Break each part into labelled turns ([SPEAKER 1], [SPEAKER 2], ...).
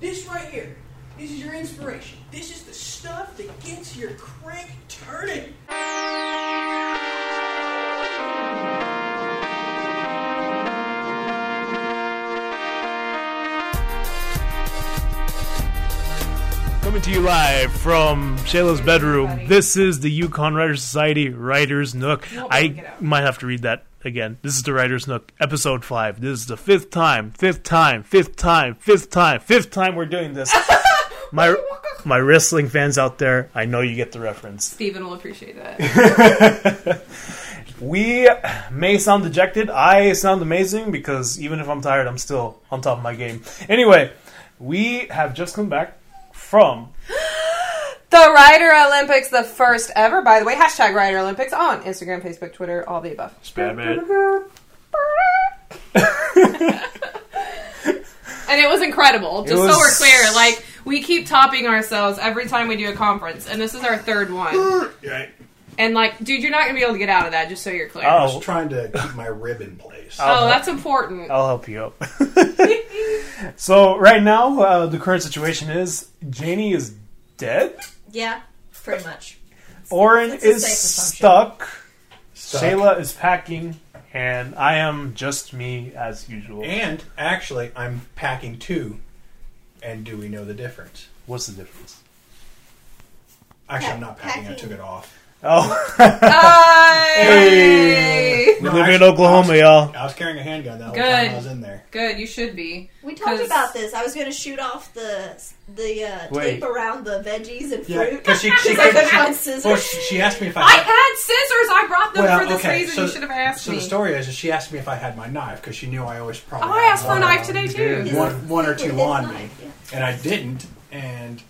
[SPEAKER 1] This right here. This is your inspiration. This is the stuff that gets your crank turning.
[SPEAKER 2] Coming to you live from Shayla's bedroom. This is the Yukon Writers Society Writers Nook.
[SPEAKER 1] We'll work it
[SPEAKER 2] I
[SPEAKER 1] out.
[SPEAKER 2] might have to read that again. This is the Writers Nook, episode five. This is the fifth time, fifth time, fifth time, fifth time, fifth time we're doing this. my my wrestling fans out there, I know you get the reference.
[SPEAKER 3] Steven will appreciate that.
[SPEAKER 2] We may sound dejected. I sound amazing because even if I'm tired, I'm still on top of my game. Anyway, we have just come back from
[SPEAKER 3] the Rider Olympics, the first ever, by the way. Hashtag Rider Olympics on Instagram, Facebook, Twitter, all the above.
[SPEAKER 2] Spam it.
[SPEAKER 3] And it was incredible. Just
[SPEAKER 2] was-
[SPEAKER 3] so we're clear, like we keep topping ourselves every time we do a conference, and this is our third one.
[SPEAKER 4] Right.
[SPEAKER 3] And like, dude, you're not gonna be able to get out of that. Just so you're clear.
[SPEAKER 2] Oh.
[SPEAKER 4] I was trying to keep my rib in place.
[SPEAKER 3] Oh, that's important.
[SPEAKER 2] I'll help you out. so right now, uh, the current situation is Janie is dead.
[SPEAKER 5] Yeah, pretty much.
[SPEAKER 2] Oren
[SPEAKER 5] a
[SPEAKER 2] is
[SPEAKER 5] safe assumption.
[SPEAKER 2] stuck.
[SPEAKER 4] Stuck.
[SPEAKER 2] Shayla is packing, and I am just me as usual.
[SPEAKER 4] And actually, I'm packing two. And do we know the difference?
[SPEAKER 2] What's the difference?
[SPEAKER 4] Actually, I'm
[SPEAKER 5] Pa-
[SPEAKER 4] not packing. I
[SPEAKER 5] packing.
[SPEAKER 4] took it off.
[SPEAKER 2] Oh,
[SPEAKER 3] Hey!
[SPEAKER 2] we
[SPEAKER 4] No,
[SPEAKER 2] live in
[SPEAKER 4] actually,
[SPEAKER 2] Oklahoma,
[SPEAKER 4] I was,
[SPEAKER 2] y'all.
[SPEAKER 4] I was carrying a handgun that whole
[SPEAKER 3] Good.
[SPEAKER 4] time I was in there.
[SPEAKER 3] Good, you should be.
[SPEAKER 5] We talked
[SPEAKER 3] 'Cause-
[SPEAKER 5] about this. I was going to shoot off the the uh,
[SPEAKER 2] Wait.
[SPEAKER 5] tape around the veggies and
[SPEAKER 4] Yeah,
[SPEAKER 5] fruit.
[SPEAKER 4] because she, she,
[SPEAKER 5] I couldn't
[SPEAKER 4] she-
[SPEAKER 5] find scissors.
[SPEAKER 4] well, she, she asked me if I.
[SPEAKER 3] I
[SPEAKER 4] Had,
[SPEAKER 3] had scissors. I brought them
[SPEAKER 4] well,
[SPEAKER 3] for this
[SPEAKER 4] okay,
[SPEAKER 3] reason.
[SPEAKER 4] so-
[SPEAKER 3] you should have asked
[SPEAKER 4] so
[SPEAKER 3] me.
[SPEAKER 4] the story is, is she asked me if I had my knife because she knew I always probably.
[SPEAKER 3] oh, I
[SPEAKER 4] had
[SPEAKER 3] asked for a
[SPEAKER 4] one
[SPEAKER 3] knife
[SPEAKER 4] on-
[SPEAKER 3] today too.
[SPEAKER 5] Dude.
[SPEAKER 4] One, one or two
[SPEAKER 5] It's
[SPEAKER 4] on me,
[SPEAKER 5] mine, yeah.
[SPEAKER 4] and I didn't. And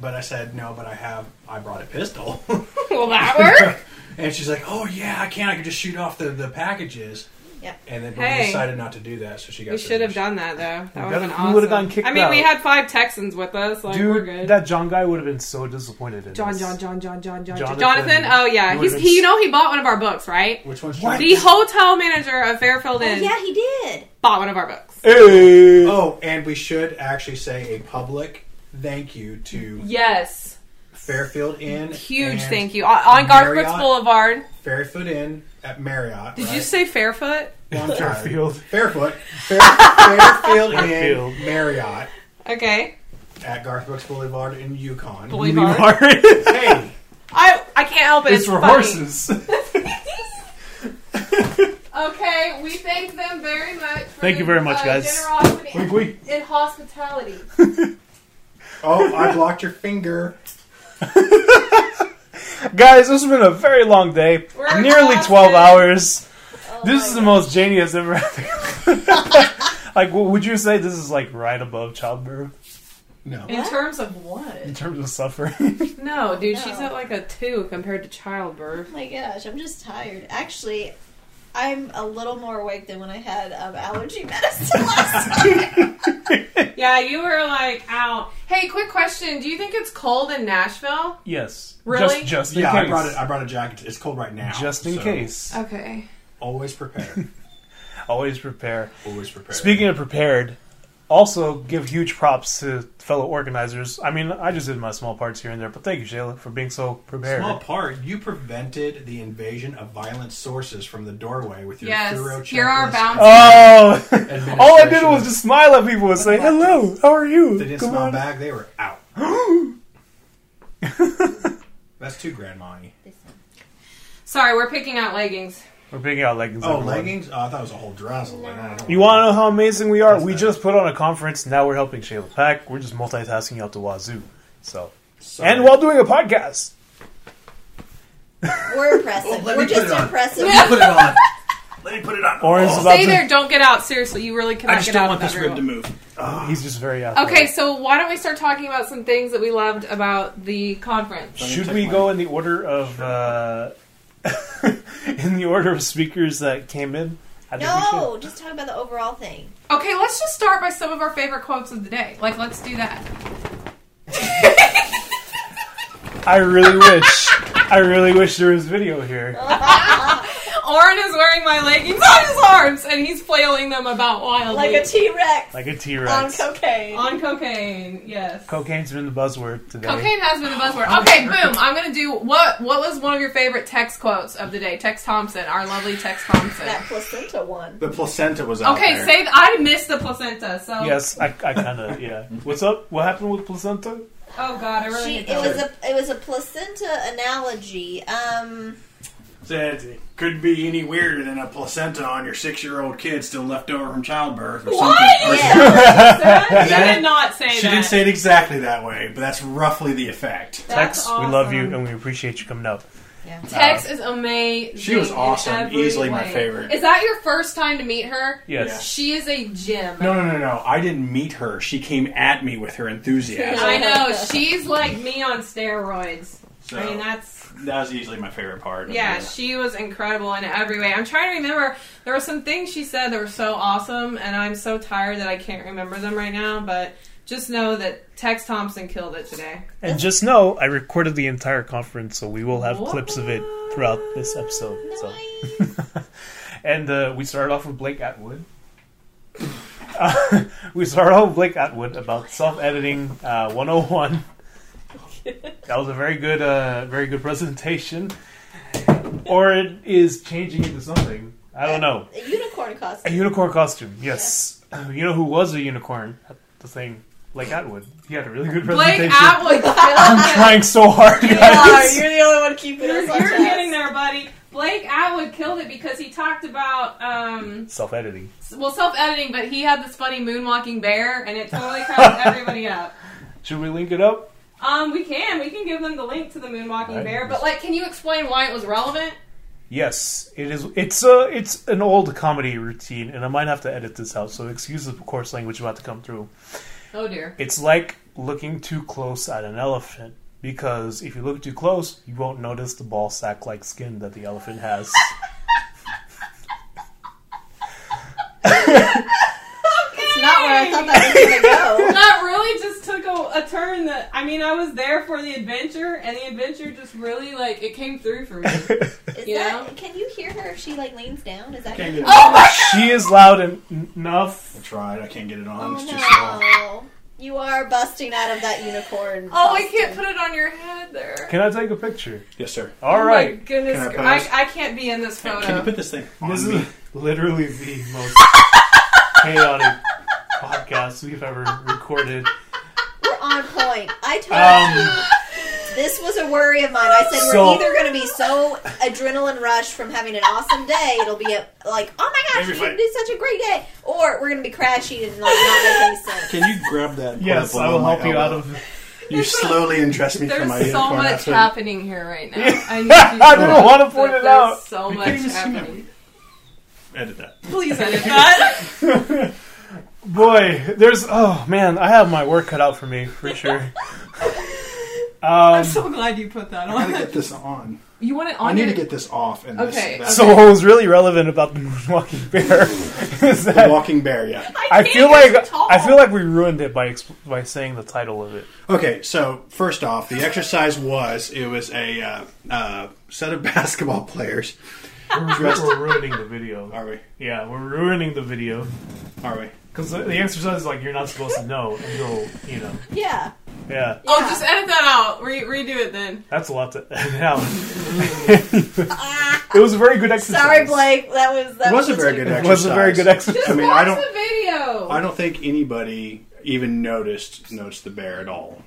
[SPEAKER 4] but I said no, but I have. I brought a pistol.
[SPEAKER 3] Will that work?
[SPEAKER 4] And she's like, "Oh yeah, I can. I could just shoot off the, the packages."
[SPEAKER 5] Yep.
[SPEAKER 4] And then
[SPEAKER 3] Hey.
[SPEAKER 4] we decided not to do that, so she got.
[SPEAKER 3] We should have
[SPEAKER 4] revenge.
[SPEAKER 3] done that though. That
[SPEAKER 2] We
[SPEAKER 3] would have been
[SPEAKER 2] gotta- we
[SPEAKER 3] awesome.
[SPEAKER 2] would've gotten kicked
[SPEAKER 3] I mean, we
[SPEAKER 2] out.
[SPEAKER 3] had five Texans with us. Like we're good.
[SPEAKER 2] Dude, that John guy would have been so disappointed in
[SPEAKER 3] John,
[SPEAKER 2] this.
[SPEAKER 3] John, John, John, John, John,
[SPEAKER 2] Jonathan.
[SPEAKER 3] Jonathan. Oh yeah,
[SPEAKER 2] You
[SPEAKER 3] he's
[SPEAKER 2] would've
[SPEAKER 3] he.
[SPEAKER 2] been-
[SPEAKER 3] You know he bought one of our books, right?
[SPEAKER 4] Which one's
[SPEAKER 2] What?
[SPEAKER 3] The hotel manager of Fairfield
[SPEAKER 5] Oh,
[SPEAKER 3] Inn
[SPEAKER 5] yeah, he did.
[SPEAKER 3] bought one of our books.
[SPEAKER 2] Hey.
[SPEAKER 4] Oh, and we should actually say a public thank you to
[SPEAKER 3] Yes,
[SPEAKER 4] Fairfield Inn.
[SPEAKER 3] huge
[SPEAKER 4] and
[SPEAKER 3] thank you on, on Garforth
[SPEAKER 4] Marriott.
[SPEAKER 3] Boulevard.
[SPEAKER 4] Fairfield Inn at Marriott.
[SPEAKER 3] Did
[SPEAKER 4] right?
[SPEAKER 3] you say Fairfoot?
[SPEAKER 4] Well, I'm sorry.
[SPEAKER 2] Fairfield.
[SPEAKER 4] Fairfoot. Fair, Fairfield
[SPEAKER 2] Fairfield.
[SPEAKER 4] Inn Marriott
[SPEAKER 3] Okay,
[SPEAKER 4] at Garth Brooks Boulevard in Yukon.
[SPEAKER 3] Boulevard.
[SPEAKER 4] hey,
[SPEAKER 3] I I can't help it. It's,
[SPEAKER 2] it's for
[SPEAKER 3] funny.
[SPEAKER 2] horses.
[SPEAKER 3] Okay, we thank them very much. For
[SPEAKER 2] Thank you
[SPEAKER 3] their,
[SPEAKER 2] very much,
[SPEAKER 3] uh,
[SPEAKER 2] guys.
[SPEAKER 3] Generosity
[SPEAKER 2] Wink, wink.
[SPEAKER 3] in hospitality.
[SPEAKER 4] oh, I blocked your finger.
[SPEAKER 2] Guys, this has been a very long day.
[SPEAKER 3] We're
[SPEAKER 2] Nearly
[SPEAKER 3] exhausted.
[SPEAKER 2] 12 hours.
[SPEAKER 5] Oh
[SPEAKER 2] This
[SPEAKER 5] my
[SPEAKER 2] is the
[SPEAKER 5] God.
[SPEAKER 2] most Janie has ever Like, w- would you say this is like right above childbirth
[SPEAKER 4] No.
[SPEAKER 3] In terms of what?
[SPEAKER 2] in terms of suffering?
[SPEAKER 3] No, dude,
[SPEAKER 5] No.
[SPEAKER 3] she's at like a two compared to childbirth.
[SPEAKER 5] Oh my gosh, I'm just tired. Actually, I'm a little more awake than when I had um, allergy medicine last night.
[SPEAKER 3] Yeah, you were like out. Hey, quick question: Do you think it's cold in Nashville?
[SPEAKER 2] yes.
[SPEAKER 3] Really?
[SPEAKER 2] Just, just in
[SPEAKER 4] Yeah,
[SPEAKER 2] case.
[SPEAKER 4] I brought it. I brought a jacket. It's cold right now.
[SPEAKER 2] just in
[SPEAKER 4] so
[SPEAKER 2] case.
[SPEAKER 3] Okay.
[SPEAKER 4] Always prepare.
[SPEAKER 2] Always prepare.
[SPEAKER 4] Always prepare.
[SPEAKER 2] Speaking of prepared, also give huge props to fellow organizers. I mean, I just did my small parts here and there, but thank you, Shayla, for being so prepared.
[SPEAKER 4] Small part, you prevented the invasion of violent sources from the doorway with your
[SPEAKER 3] Yes,
[SPEAKER 4] thorough checklist.
[SPEAKER 3] here are bounce-
[SPEAKER 2] Oh!
[SPEAKER 4] Administration.
[SPEAKER 2] All I did was just smile at people and say, hello, how are you?
[SPEAKER 4] If They didn't
[SPEAKER 2] Come
[SPEAKER 4] smile
[SPEAKER 2] on.
[SPEAKER 4] back. They were out. That's two grand money.
[SPEAKER 3] Sorry, we're picking out leggings.
[SPEAKER 2] We're picking out leggings.
[SPEAKER 4] Oh,
[SPEAKER 2] everyone.
[SPEAKER 4] leggings? Oh, I thought it was a whole dress.
[SPEAKER 2] You want to know how amazing we are?
[SPEAKER 4] That's
[SPEAKER 2] we
[SPEAKER 4] nice.
[SPEAKER 2] just put on a conference. Now we're helping Shayla Pack. We're just multitasking out the wazoo. So, and while doing a podcast,
[SPEAKER 5] We're impressive.
[SPEAKER 4] Oh, let
[SPEAKER 5] We're
[SPEAKER 4] me put
[SPEAKER 5] just
[SPEAKER 4] it on.
[SPEAKER 5] impressive.
[SPEAKER 4] Let me put it on. Let me put it on.
[SPEAKER 2] Orange is
[SPEAKER 4] Oh,
[SPEAKER 2] about
[SPEAKER 3] Stay
[SPEAKER 2] to-
[SPEAKER 3] there. Don't get out. Seriously, you really cannot
[SPEAKER 4] I just
[SPEAKER 3] get out
[SPEAKER 4] don't want
[SPEAKER 3] of
[SPEAKER 4] this
[SPEAKER 3] that
[SPEAKER 4] rib to
[SPEAKER 3] room.
[SPEAKER 4] move.
[SPEAKER 2] he's just very out.
[SPEAKER 3] Okay, so why don't we start talking about some things that we loved about the conference?
[SPEAKER 2] should we go in the order of uh, in the order of speakers that came in? I think we should.
[SPEAKER 5] No, just talk about the overall thing.
[SPEAKER 3] Okay, let's just start by some of our favorite quotes of the day. Like, let's do that.
[SPEAKER 2] I really wish. I really wish there was video here.
[SPEAKER 3] Or Orin is wearing my leggings on his arms, and he's flailing them about wildly.
[SPEAKER 5] Like a T Rex
[SPEAKER 2] Like a T
[SPEAKER 5] on
[SPEAKER 2] Rex.
[SPEAKER 3] Um,
[SPEAKER 5] cocaine.
[SPEAKER 3] on cocaine, yes.
[SPEAKER 2] Cocaine's been the buzzword today.
[SPEAKER 3] Cocaine has been the
[SPEAKER 4] Oh,
[SPEAKER 3] buzzword. Okay, boom. I'm gonna do what? What was one of your favorite text quotes of the day? Tex Thompson, our lovely Tex Thompson.
[SPEAKER 5] that placenta one.
[SPEAKER 4] The placenta was out
[SPEAKER 3] Okay,
[SPEAKER 4] there.
[SPEAKER 3] say th- I missed the placenta. So,
[SPEAKER 2] Yes, I, I kind of yeah. What's up? What happened with placenta?
[SPEAKER 3] oh god, I really.
[SPEAKER 5] She,
[SPEAKER 3] hate
[SPEAKER 5] it
[SPEAKER 3] that.
[SPEAKER 5] was a it was a placenta analogy. Um,
[SPEAKER 4] Said it couldn't be any weirder than a placenta on your six-year-old kid still left over from childbirth. Or Something. Or-
[SPEAKER 5] yeah,
[SPEAKER 3] Sarah,
[SPEAKER 4] that-
[SPEAKER 3] you did not say
[SPEAKER 4] She
[SPEAKER 3] that.
[SPEAKER 4] didn't say it exactly that way, but that's roughly the effect.
[SPEAKER 3] That's
[SPEAKER 2] Tex, we love you
[SPEAKER 3] awesome.
[SPEAKER 2] and we appreciate you coming up.
[SPEAKER 3] Tex is amazing.
[SPEAKER 4] She was
[SPEAKER 3] in
[SPEAKER 4] awesome.
[SPEAKER 3] every
[SPEAKER 4] Easily my
[SPEAKER 3] way.
[SPEAKER 4] favorite.
[SPEAKER 3] Is that your first time to meet her?
[SPEAKER 2] Yes.
[SPEAKER 3] She is a gem.
[SPEAKER 4] No, no, no, no. I didn't meet her. She came at me with her enthusiasm.
[SPEAKER 3] I know. She's like me on steroids.
[SPEAKER 4] So
[SPEAKER 3] I mean, that's
[SPEAKER 4] that was easily my favorite part. of
[SPEAKER 3] yeah.
[SPEAKER 4] the-
[SPEAKER 3] She was incredible in every way. I'm trying to remember. There were some things she said that were so awesome, and I'm so tired that I can't remember them right now. But just know that Tex Thompson killed it today.
[SPEAKER 2] And just know, I recorded the entire conference, so we will have
[SPEAKER 3] What?
[SPEAKER 2] clips of it throughout this episode. So. and uh, we started off with Blake Atwood. Uh, we started off with Blake Atwood about self-editing uh, 101. That was a very good, uh, very good presentation. Or it is changing into something. I don't know.
[SPEAKER 5] a unicorn
[SPEAKER 2] A
[SPEAKER 5] costume.
[SPEAKER 2] unicorn costume, yes. You know who was a unicorn? at The thing, Blake Atwood. He had a really good
[SPEAKER 3] Blake
[SPEAKER 2] presentation.
[SPEAKER 3] Atwood killed
[SPEAKER 2] I'm
[SPEAKER 3] it.
[SPEAKER 2] trying so hard,
[SPEAKER 5] Yeah,
[SPEAKER 2] guys.
[SPEAKER 5] you're the only one keeping
[SPEAKER 3] You're,
[SPEAKER 5] us on
[SPEAKER 3] you're
[SPEAKER 5] task.
[SPEAKER 3] getting there, buddy. Blake Atwood killed it because he talked about um,
[SPEAKER 2] Self-editing.
[SPEAKER 3] s- well self-editing, but he had this funny moonwalking bear, and it totally cracked everybody up.
[SPEAKER 2] Should we link it up?
[SPEAKER 3] Um, we can we can give them the link to the moonwalking
[SPEAKER 2] Right.
[SPEAKER 3] bear, but like, can you explain why it was relevant?
[SPEAKER 2] Yes, it is. It's a it's an old comedy routine, and I might have to edit this out. So excuse the coarse language about to come through.
[SPEAKER 3] Oh dear.
[SPEAKER 2] It's like looking too close at an elephant because if you look too close, you won't notice the ball sack like skin that the elephant has.
[SPEAKER 5] It's not where I thought that was gonna go.
[SPEAKER 3] That really just took a, a turn that I mean, I was there for the adventure, and the adventure just really like it came through for me.
[SPEAKER 5] Is
[SPEAKER 3] You
[SPEAKER 5] that,
[SPEAKER 3] know?
[SPEAKER 5] Can you hear her if she like leans down? Is that?
[SPEAKER 4] Can't Oh, get it
[SPEAKER 3] Oh!
[SPEAKER 4] on.
[SPEAKER 2] she is loud en- enough.
[SPEAKER 4] I tried. I can't get it on.
[SPEAKER 5] Oh
[SPEAKER 4] it's too small.
[SPEAKER 5] no! You are busting out of that unicorn.
[SPEAKER 3] oh, I
[SPEAKER 5] costume.
[SPEAKER 3] can't put it on your head there.
[SPEAKER 2] Can I take a picture?
[SPEAKER 4] Yes, sir.
[SPEAKER 2] All
[SPEAKER 3] oh
[SPEAKER 2] right.
[SPEAKER 3] My goodness,
[SPEAKER 4] Can I
[SPEAKER 3] gra-
[SPEAKER 4] pause?
[SPEAKER 3] I, I can't be in this photo.
[SPEAKER 4] Can you put this thing on
[SPEAKER 2] This
[SPEAKER 4] me?
[SPEAKER 2] is literally the most chaotic podcast we've ever recorded.
[SPEAKER 5] We're on point. I told
[SPEAKER 2] Um,
[SPEAKER 5] you this was a worry of mine. I said
[SPEAKER 2] So-
[SPEAKER 5] we're either going to be so adrenaline rushed from having an awesome day, it'll be a, like, oh my gosh,
[SPEAKER 4] Maybe if
[SPEAKER 5] you
[SPEAKER 4] I-
[SPEAKER 5] did such a great day, or we're going to be crashing and like not make any sense.
[SPEAKER 4] Can you grab that? and put
[SPEAKER 2] Yes,
[SPEAKER 4] it
[SPEAKER 2] I
[SPEAKER 4] below
[SPEAKER 2] will
[SPEAKER 4] my
[SPEAKER 2] help you out
[SPEAKER 4] elbow?
[SPEAKER 2] of.
[SPEAKER 4] You slowly undressed me from my
[SPEAKER 3] There's so
[SPEAKER 4] unicorn
[SPEAKER 3] much
[SPEAKER 4] outfit.
[SPEAKER 3] happening here right now. I, need you
[SPEAKER 2] I didn't
[SPEAKER 3] know
[SPEAKER 2] wanna point
[SPEAKER 3] that
[SPEAKER 2] it
[SPEAKER 3] there's
[SPEAKER 2] out.
[SPEAKER 3] So
[SPEAKER 4] You
[SPEAKER 3] much
[SPEAKER 4] can't even see me.
[SPEAKER 3] happening.
[SPEAKER 4] Edit that.
[SPEAKER 3] Please edit that.
[SPEAKER 2] Boy, there's oh man, I have my work cut out for me for sure. Um,
[SPEAKER 3] I'm so glad you put that
[SPEAKER 4] I gotta
[SPEAKER 3] on.
[SPEAKER 4] get this on.
[SPEAKER 3] You want it on
[SPEAKER 4] I need
[SPEAKER 3] your-
[SPEAKER 4] to get this off. And
[SPEAKER 3] Okay.
[SPEAKER 4] This,
[SPEAKER 2] so what was really relevant about the moonwalking bear
[SPEAKER 4] that-
[SPEAKER 2] is
[SPEAKER 4] the
[SPEAKER 2] that
[SPEAKER 4] walking bear. Yeah.
[SPEAKER 2] I
[SPEAKER 3] can't,
[SPEAKER 2] feel
[SPEAKER 3] it's
[SPEAKER 2] like
[SPEAKER 3] tall.
[SPEAKER 2] I feel like we ruined it by exp- by saying the title of it.
[SPEAKER 4] Okay. So first off, the exercise was it was a uh, uh, set of basketball players.
[SPEAKER 2] We're, we're ruining the video.
[SPEAKER 4] Are we?
[SPEAKER 2] Yeah, we're ruining the video
[SPEAKER 4] Are we?
[SPEAKER 2] because the, the exercise is like you're not supposed to know until you know.
[SPEAKER 5] Yeah.
[SPEAKER 2] Yeah,
[SPEAKER 3] Oh, just edit that out. Re- redo it then.
[SPEAKER 2] that's a lot to now. it was a very good exercise.
[SPEAKER 5] Sorry, Blake. That was that
[SPEAKER 4] It was a very good
[SPEAKER 2] It
[SPEAKER 4] exercise.
[SPEAKER 2] was a very good exercise.
[SPEAKER 3] Just
[SPEAKER 4] I mean,
[SPEAKER 3] watch
[SPEAKER 4] I don't-
[SPEAKER 3] the video.
[SPEAKER 4] I don't think anybody even noticed noticed the bear at all.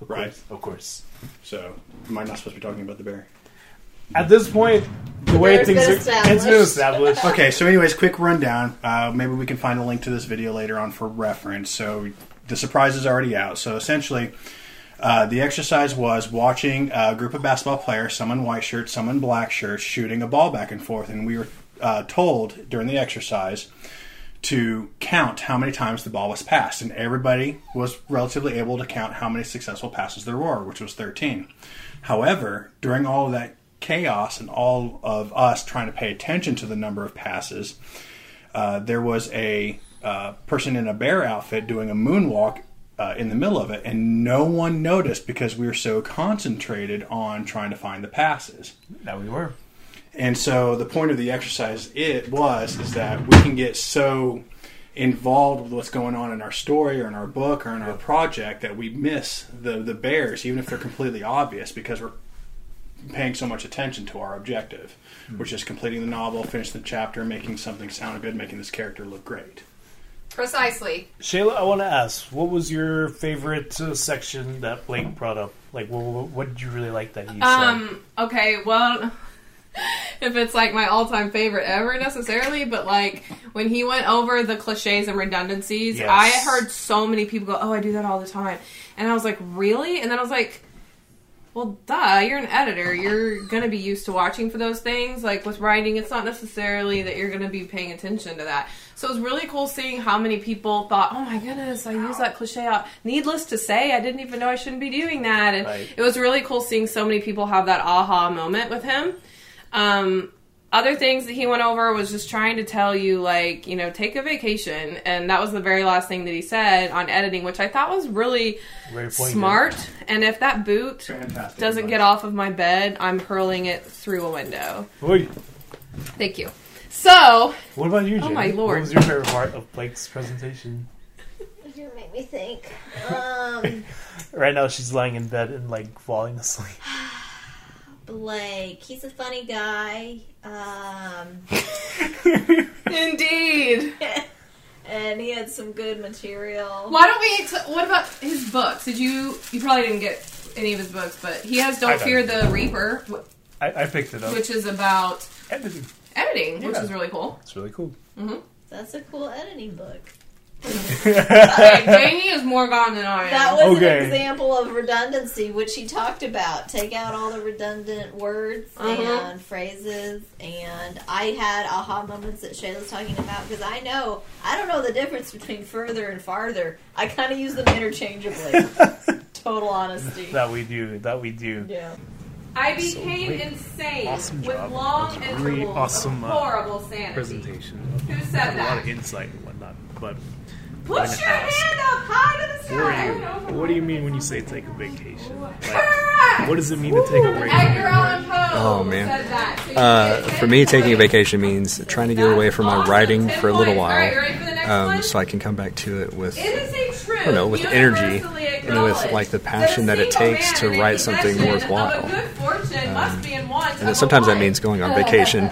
[SPEAKER 4] Right.
[SPEAKER 2] Of course.
[SPEAKER 4] So am I not supposed to be talking about the bear?
[SPEAKER 2] At this point, the way
[SPEAKER 5] There's
[SPEAKER 2] things
[SPEAKER 5] been
[SPEAKER 2] are, it's been established.
[SPEAKER 4] Okay, so anyways, quick rundown. Uh, maybe we can find a link to this video later on for reference. So the surprise is already out. So essentially, uh, the exercise was watching a group of basketball players, some in white shirts, some in black shirts, shooting a ball back and forth, and we were uh, told during the exercise to count how many times the ball was passed, and everybody was relatively able to count how many successful passes there were, which was 13. However, during all of that chaos and all of us trying to pay attention to the number of passes, uh, there was a uh, person in a bear outfit doing a moonwalk uh, in the middle of it, and no one noticed because we were so concentrated on trying to find the passes.
[SPEAKER 2] Now we were.
[SPEAKER 4] And so the point of the exercise it was is that we can get so involved with what's going on in our story or in our book or in our project that we miss the the bears even if they're completely obvious because we're paying so much attention to our objective,
[SPEAKER 6] Hmm.
[SPEAKER 4] which is completing the novel, finishing the chapter, making something sound good, making this character look great.
[SPEAKER 3] Precisely.
[SPEAKER 2] Shayla, I want to ask, what was your favorite uh, section that Blake brought up? Like, what, what, what did you really like that he
[SPEAKER 3] Um. Okay. Well, if it's like my all-time favorite ever necessarily, but like when he went over the cliches and redundancies,
[SPEAKER 2] Yes.
[SPEAKER 3] I heard so many people go, "Oh, I do that all the time," and I was like, "Really?" And then I was like. Well, duh, you're an editor. You're going to be used to watching for those things. Like with writing, it's not necessarily that you're going to be paying attention to that. So it was really cool seeing how many people thought, oh my goodness, I use that cliche out. Needless to say, I didn't even know I shouldn't be doing that. And
[SPEAKER 2] Right.
[SPEAKER 3] it was really cool seeing so many people have that aha moment with him. Um, other things that he went over was just trying to tell you, like, you know, take a vacation. And that was the very last thing that he said on editing, which I thought was really
[SPEAKER 2] said? Very poignant.
[SPEAKER 3] smart. And if that boot
[SPEAKER 4] Fantastic.
[SPEAKER 3] doesn't get off of my bed, I'm hurling it through a window.
[SPEAKER 2] Wait,
[SPEAKER 3] Thank you. So,
[SPEAKER 2] what about you,
[SPEAKER 3] Oh
[SPEAKER 2] Jenny?
[SPEAKER 3] my lord.
[SPEAKER 2] What was your favorite part of Blake's presentation?
[SPEAKER 5] You make me think. Um,
[SPEAKER 2] Right now, she's lying in bed and, like, falling asleep.
[SPEAKER 5] Blake, he's a funny guy. Um,
[SPEAKER 3] indeed.
[SPEAKER 5] and he had some good material.
[SPEAKER 3] Why don't we? Ex- what about his books? Did you? You probably didn't get any of his books, but he has
[SPEAKER 2] I
[SPEAKER 3] "Don't
[SPEAKER 2] got
[SPEAKER 3] Fear
[SPEAKER 2] it.
[SPEAKER 3] the Reaper," wh-
[SPEAKER 2] I, I picked it up.
[SPEAKER 3] which is about
[SPEAKER 2] Editing.
[SPEAKER 3] editing, which
[SPEAKER 2] Yeah.
[SPEAKER 3] is really cool.
[SPEAKER 2] It's really cool.
[SPEAKER 5] That's a cool editing book.
[SPEAKER 3] Okay, Jamie is more gone than I am.
[SPEAKER 5] That was
[SPEAKER 2] Okay.
[SPEAKER 5] an example of redundancy, which he talked about. Take out all the redundant words
[SPEAKER 3] Uh-huh.
[SPEAKER 5] and phrases. And I had aha moments that Shayla's talking about because I know I don't know the difference between further and farther. I kind of use them interchangeably. Total honesty.
[SPEAKER 2] That we do. That we do.
[SPEAKER 5] yeah.
[SPEAKER 3] I became
[SPEAKER 2] great.
[SPEAKER 3] insane
[SPEAKER 2] Awesome
[SPEAKER 3] with
[SPEAKER 2] job.
[SPEAKER 3] long
[SPEAKER 2] That's
[SPEAKER 3] intervals
[SPEAKER 2] really awesome,
[SPEAKER 3] of
[SPEAKER 2] uh,
[SPEAKER 3] horrible sanity.
[SPEAKER 2] Presentation.
[SPEAKER 3] Who said
[SPEAKER 2] A lot of
[SPEAKER 3] that?
[SPEAKER 2] insight and whatnot. But
[SPEAKER 3] Put
[SPEAKER 2] Like
[SPEAKER 3] your
[SPEAKER 2] an ass.
[SPEAKER 3] hand up high to the
[SPEAKER 2] what,
[SPEAKER 3] sky.
[SPEAKER 2] are you, what do you mean when you say take a vacation? Like,
[SPEAKER 3] Correct.
[SPEAKER 2] what does it mean to take a break?
[SPEAKER 3] Edgar Allan Poe
[SPEAKER 6] Oh, man.
[SPEAKER 3] said that. So you
[SPEAKER 6] Uh,
[SPEAKER 3] get
[SPEAKER 6] for me,
[SPEAKER 3] it.
[SPEAKER 6] taking a vacation means trying to get away from my
[SPEAKER 3] Awesome.
[SPEAKER 6] writing
[SPEAKER 3] Ten
[SPEAKER 6] for a little
[SPEAKER 3] points. All right, you
[SPEAKER 6] while,
[SPEAKER 3] ready for the next
[SPEAKER 6] um,
[SPEAKER 3] one?
[SPEAKER 6] so I can come back to it with,
[SPEAKER 3] It
[SPEAKER 6] I
[SPEAKER 3] is a truth. I
[SPEAKER 6] don't know, with energy and with like the passion that it takes to write something worthwhile. And then sometimes that means going on vacation,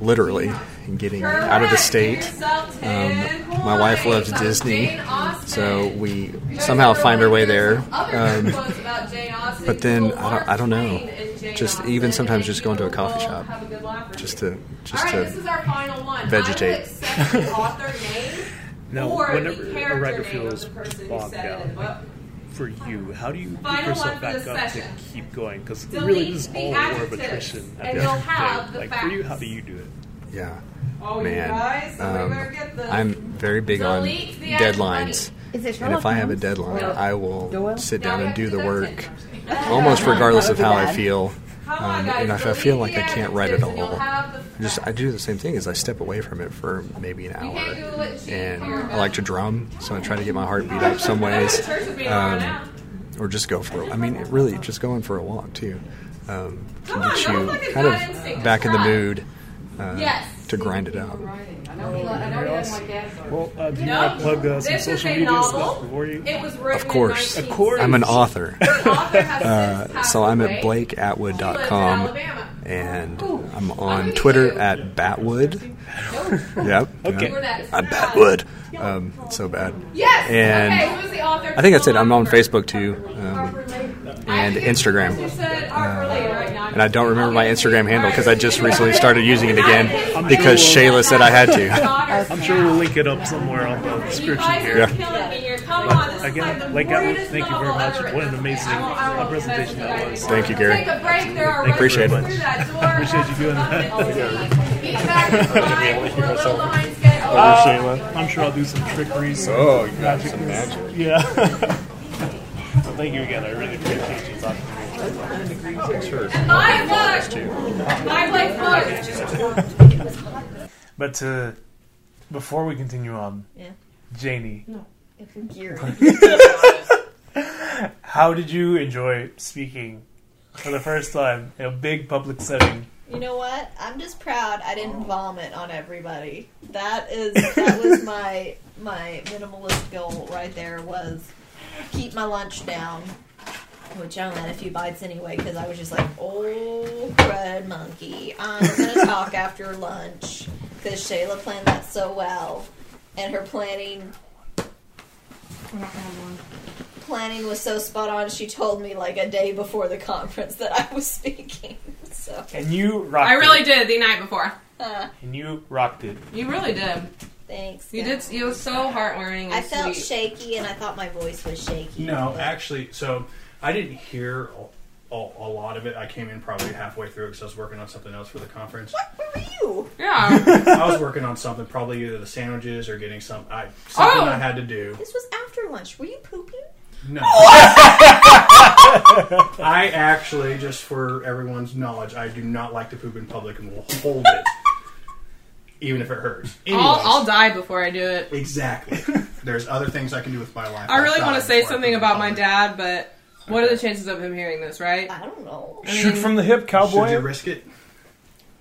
[SPEAKER 6] literally, and getting out of the state. Um, my wife loves Disney, so we somehow find our way there. Um,
[SPEAKER 3] but
[SPEAKER 6] but then I don't- I don't know. just even sometimes just going to a coffee shop, just to just
[SPEAKER 3] All right, this
[SPEAKER 6] to
[SPEAKER 3] is our final one. I will
[SPEAKER 6] vegetate.
[SPEAKER 3] accept the author name
[SPEAKER 2] Now,
[SPEAKER 3] or
[SPEAKER 2] whenever
[SPEAKER 3] the
[SPEAKER 2] a
[SPEAKER 3] character
[SPEAKER 2] writer
[SPEAKER 3] name of
[SPEAKER 2] feels
[SPEAKER 3] the person who
[SPEAKER 2] bogged
[SPEAKER 3] said it in
[SPEAKER 2] down,
[SPEAKER 3] the book.
[SPEAKER 2] like, for you, how do you pick
[SPEAKER 3] Final one
[SPEAKER 2] yourself
[SPEAKER 3] for
[SPEAKER 2] back
[SPEAKER 3] the
[SPEAKER 2] up to
[SPEAKER 3] session.
[SPEAKER 2] keep going? Because
[SPEAKER 3] Delete
[SPEAKER 2] really, this is
[SPEAKER 3] the
[SPEAKER 2] all war of
[SPEAKER 3] adjectives,
[SPEAKER 2] attrition. at
[SPEAKER 3] and
[SPEAKER 2] the
[SPEAKER 3] you'll
[SPEAKER 2] end of the
[SPEAKER 3] have
[SPEAKER 2] day.
[SPEAKER 3] the
[SPEAKER 2] Like for you, how
[SPEAKER 3] facts.
[SPEAKER 2] do you do it?
[SPEAKER 6] yeah.
[SPEAKER 3] Oh,
[SPEAKER 6] Man,
[SPEAKER 3] you guys, somebody
[SPEAKER 6] um,
[SPEAKER 3] better get this.
[SPEAKER 6] I'm very big on
[SPEAKER 3] Delete the
[SPEAKER 6] deadlines,
[SPEAKER 7] Is it
[SPEAKER 6] and if I have a deadline, I will sit
[SPEAKER 3] Now
[SPEAKER 6] down
[SPEAKER 3] we
[SPEAKER 6] and
[SPEAKER 3] have to
[SPEAKER 6] do the
[SPEAKER 3] that
[SPEAKER 6] work,
[SPEAKER 3] sentence.
[SPEAKER 6] almost regardless of how I
[SPEAKER 7] Bad.
[SPEAKER 6] feel.
[SPEAKER 3] Come on,
[SPEAKER 6] um,
[SPEAKER 3] guys,
[SPEAKER 6] and if I
[SPEAKER 3] delete
[SPEAKER 6] feel like
[SPEAKER 3] the
[SPEAKER 6] I can't write
[SPEAKER 3] adjectives
[SPEAKER 6] it
[SPEAKER 3] and you'll
[SPEAKER 6] all,
[SPEAKER 3] have the
[SPEAKER 6] Just I
[SPEAKER 3] facts.
[SPEAKER 6] do the same thing is I step away from it for maybe an
[SPEAKER 3] You can't do
[SPEAKER 6] hour,
[SPEAKER 3] what she-
[SPEAKER 6] and I like to drum, so I try to get my heart beat up some
[SPEAKER 3] Whatever
[SPEAKER 6] ways.
[SPEAKER 3] church is being run
[SPEAKER 6] um,
[SPEAKER 3] out.
[SPEAKER 6] or just go for a, I mean, it really, just going for a walk too um, can
[SPEAKER 3] Come on,
[SPEAKER 6] get
[SPEAKER 3] don't
[SPEAKER 6] you
[SPEAKER 3] look at
[SPEAKER 6] kind
[SPEAKER 3] God and sing.
[SPEAKER 6] of back in the
[SPEAKER 3] Try.
[SPEAKER 6] mood uh,
[SPEAKER 3] Yes.
[SPEAKER 6] to grind it out.
[SPEAKER 2] Well, uh, do you
[SPEAKER 3] No,
[SPEAKER 2] want to plug uh, some
[SPEAKER 3] this is
[SPEAKER 2] social
[SPEAKER 3] a
[SPEAKER 2] media
[SPEAKER 3] novel.
[SPEAKER 2] stuff before you?
[SPEAKER 3] It was written
[SPEAKER 6] Of course.
[SPEAKER 3] in
[SPEAKER 2] Of course.
[SPEAKER 6] I'm an author,
[SPEAKER 3] 1960s.
[SPEAKER 6] uh, so I'm at
[SPEAKER 3] She lives in
[SPEAKER 6] blakeatwood.com,
[SPEAKER 3] Alabama.
[SPEAKER 6] and I'm on Twitter at Batwood. Yep.
[SPEAKER 2] Okay.
[SPEAKER 6] yep.
[SPEAKER 3] That's
[SPEAKER 6] I'm
[SPEAKER 3] sad.
[SPEAKER 6] Batwood. Um, it's so bad.
[SPEAKER 3] Yes.
[SPEAKER 6] And
[SPEAKER 3] okay, who's the author?
[SPEAKER 6] I think that's it. I'm on Facebook too, um, and Instagram. And
[SPEAKER 3] And
[SPEAKER 6] I don't remember my Instagram handle because I just recently started using it again because Shayla said I had to.
[SPEAKER 2] I'm sure we'll link it up somewhere on the description here.
[SPEAKER 6] Yeah.
[SPEAKER 2] Again, like Atwood, thank you very much. What an amazing uh, presentation that was.
[SPEAKER 6] Thank you, Gary.
[SPEAKER 3] Take a break. There are
[SPEAKER 6] Appreciate
[SPEAKER 3] restrooms
[SPEAKER 6] it.
[SPEAKER 3] through that door.
[SPEAKER 2] Appreciate you doing that.
[SPEAKER 3] Be back in time. We're a little behind schedule.
[SPEAKER 2] Uh, I'm sure I'll do some trickeries.
[SPEAKER 6] Oh, you got some magic.
[SPEAKER 2] Yeah. Thank you again. I really appreciate you talking to me.
[SPEAKER 3] My book. My life book.
[SPEAKER 2] But to, before we continue on,
[SPEAKER 5] Yeah.
[SPEAKER 2] Janie,
[SPEAKER 5] Geary.
[SPEAKER 2] how did you enjoy speaking for the first time in a big public setting
[SPEAKER 5] You know what? I'm just proud I
[SPEAKER 3] Oh.
[SPEAKER 5] didn't vomit on everybody. That is that was my my minimalist goal right there was keep my lunch down, which I only had a few bites anyway because I was just like, oh crud monkey, I'm gonna talk after lunch because Shayla planned that so well, and her planning
[SPEAKER 3] I'm not gonna have one.
[SPEAKER 5] planning was so spot on. She told me like a day before the conference that I was speaking. So
[SPEAKER 2] And you rocked
[SPEAKER 3] I really
[SPEAKER 2] it.
[SPEAKER 3] did the night before.
[SPEAKER 5] uh,
[SPEAKER 2] And you rocked it.
[SPEAKER 3] You really did.
[SPEAKER 5] thanks.
[SPEAKER 3] You
[SPEAKER 5] guys.
[SPEAKER 3] did. You were so heartwarming. And
[SPEAKER 5] I felt
[SPEAKER 3] sweet.
[SPEAKER 5] shaky, and I thought my voice was shaky.
[SPEAKER 4] No,
[SPEAKER 5] but-
[SPEAKER 4] actually, so I didn't hear a, a, a lot of it. I came in probably halfway through because I was working on something else for the conference.
[SPEAKER 5] Where were you?
[SPEAKER 3] Yeah.
[SPEAKER 4] I was working on something, probably either the sandwiches or getting some I, something
[SPEAKER 3] Oh!
[SPEAKER 4] I had to do.
[SPEAKER 5] This was after lunch. Were you pooping?
[SPEAKER 4] No, I actually, just for everyone's knowledge, I do not like to poop in public and will hold it, even if it hurts. Anyways,
[SPEAKER 3] I'll, I'll die before I do it.
[SPEAKER 4] exactly. There's other things I can do with my life.
[SPEAKER 3] I really
[SPEAKER 4] I've
[SPEAKER 3] want to
[SPEAKER 4] died
[SPEAKER 3] say
[SPEAKER 4] before I
[SPEAKER 3] something
[SPEAKER 4] poop in
[SPEAKER 3] about my
[SPEAKER 4] public.
[SPEAKER 3] dad, but what are the chances of him hearing this? Right?
[SPEAKER 5] I don't know.
[SPEAKER 2] Shoot from the hip,
[SPEAKER 4] Should you
[SPEAKER 2] cowboy.
[SPEAKER 4] risk it?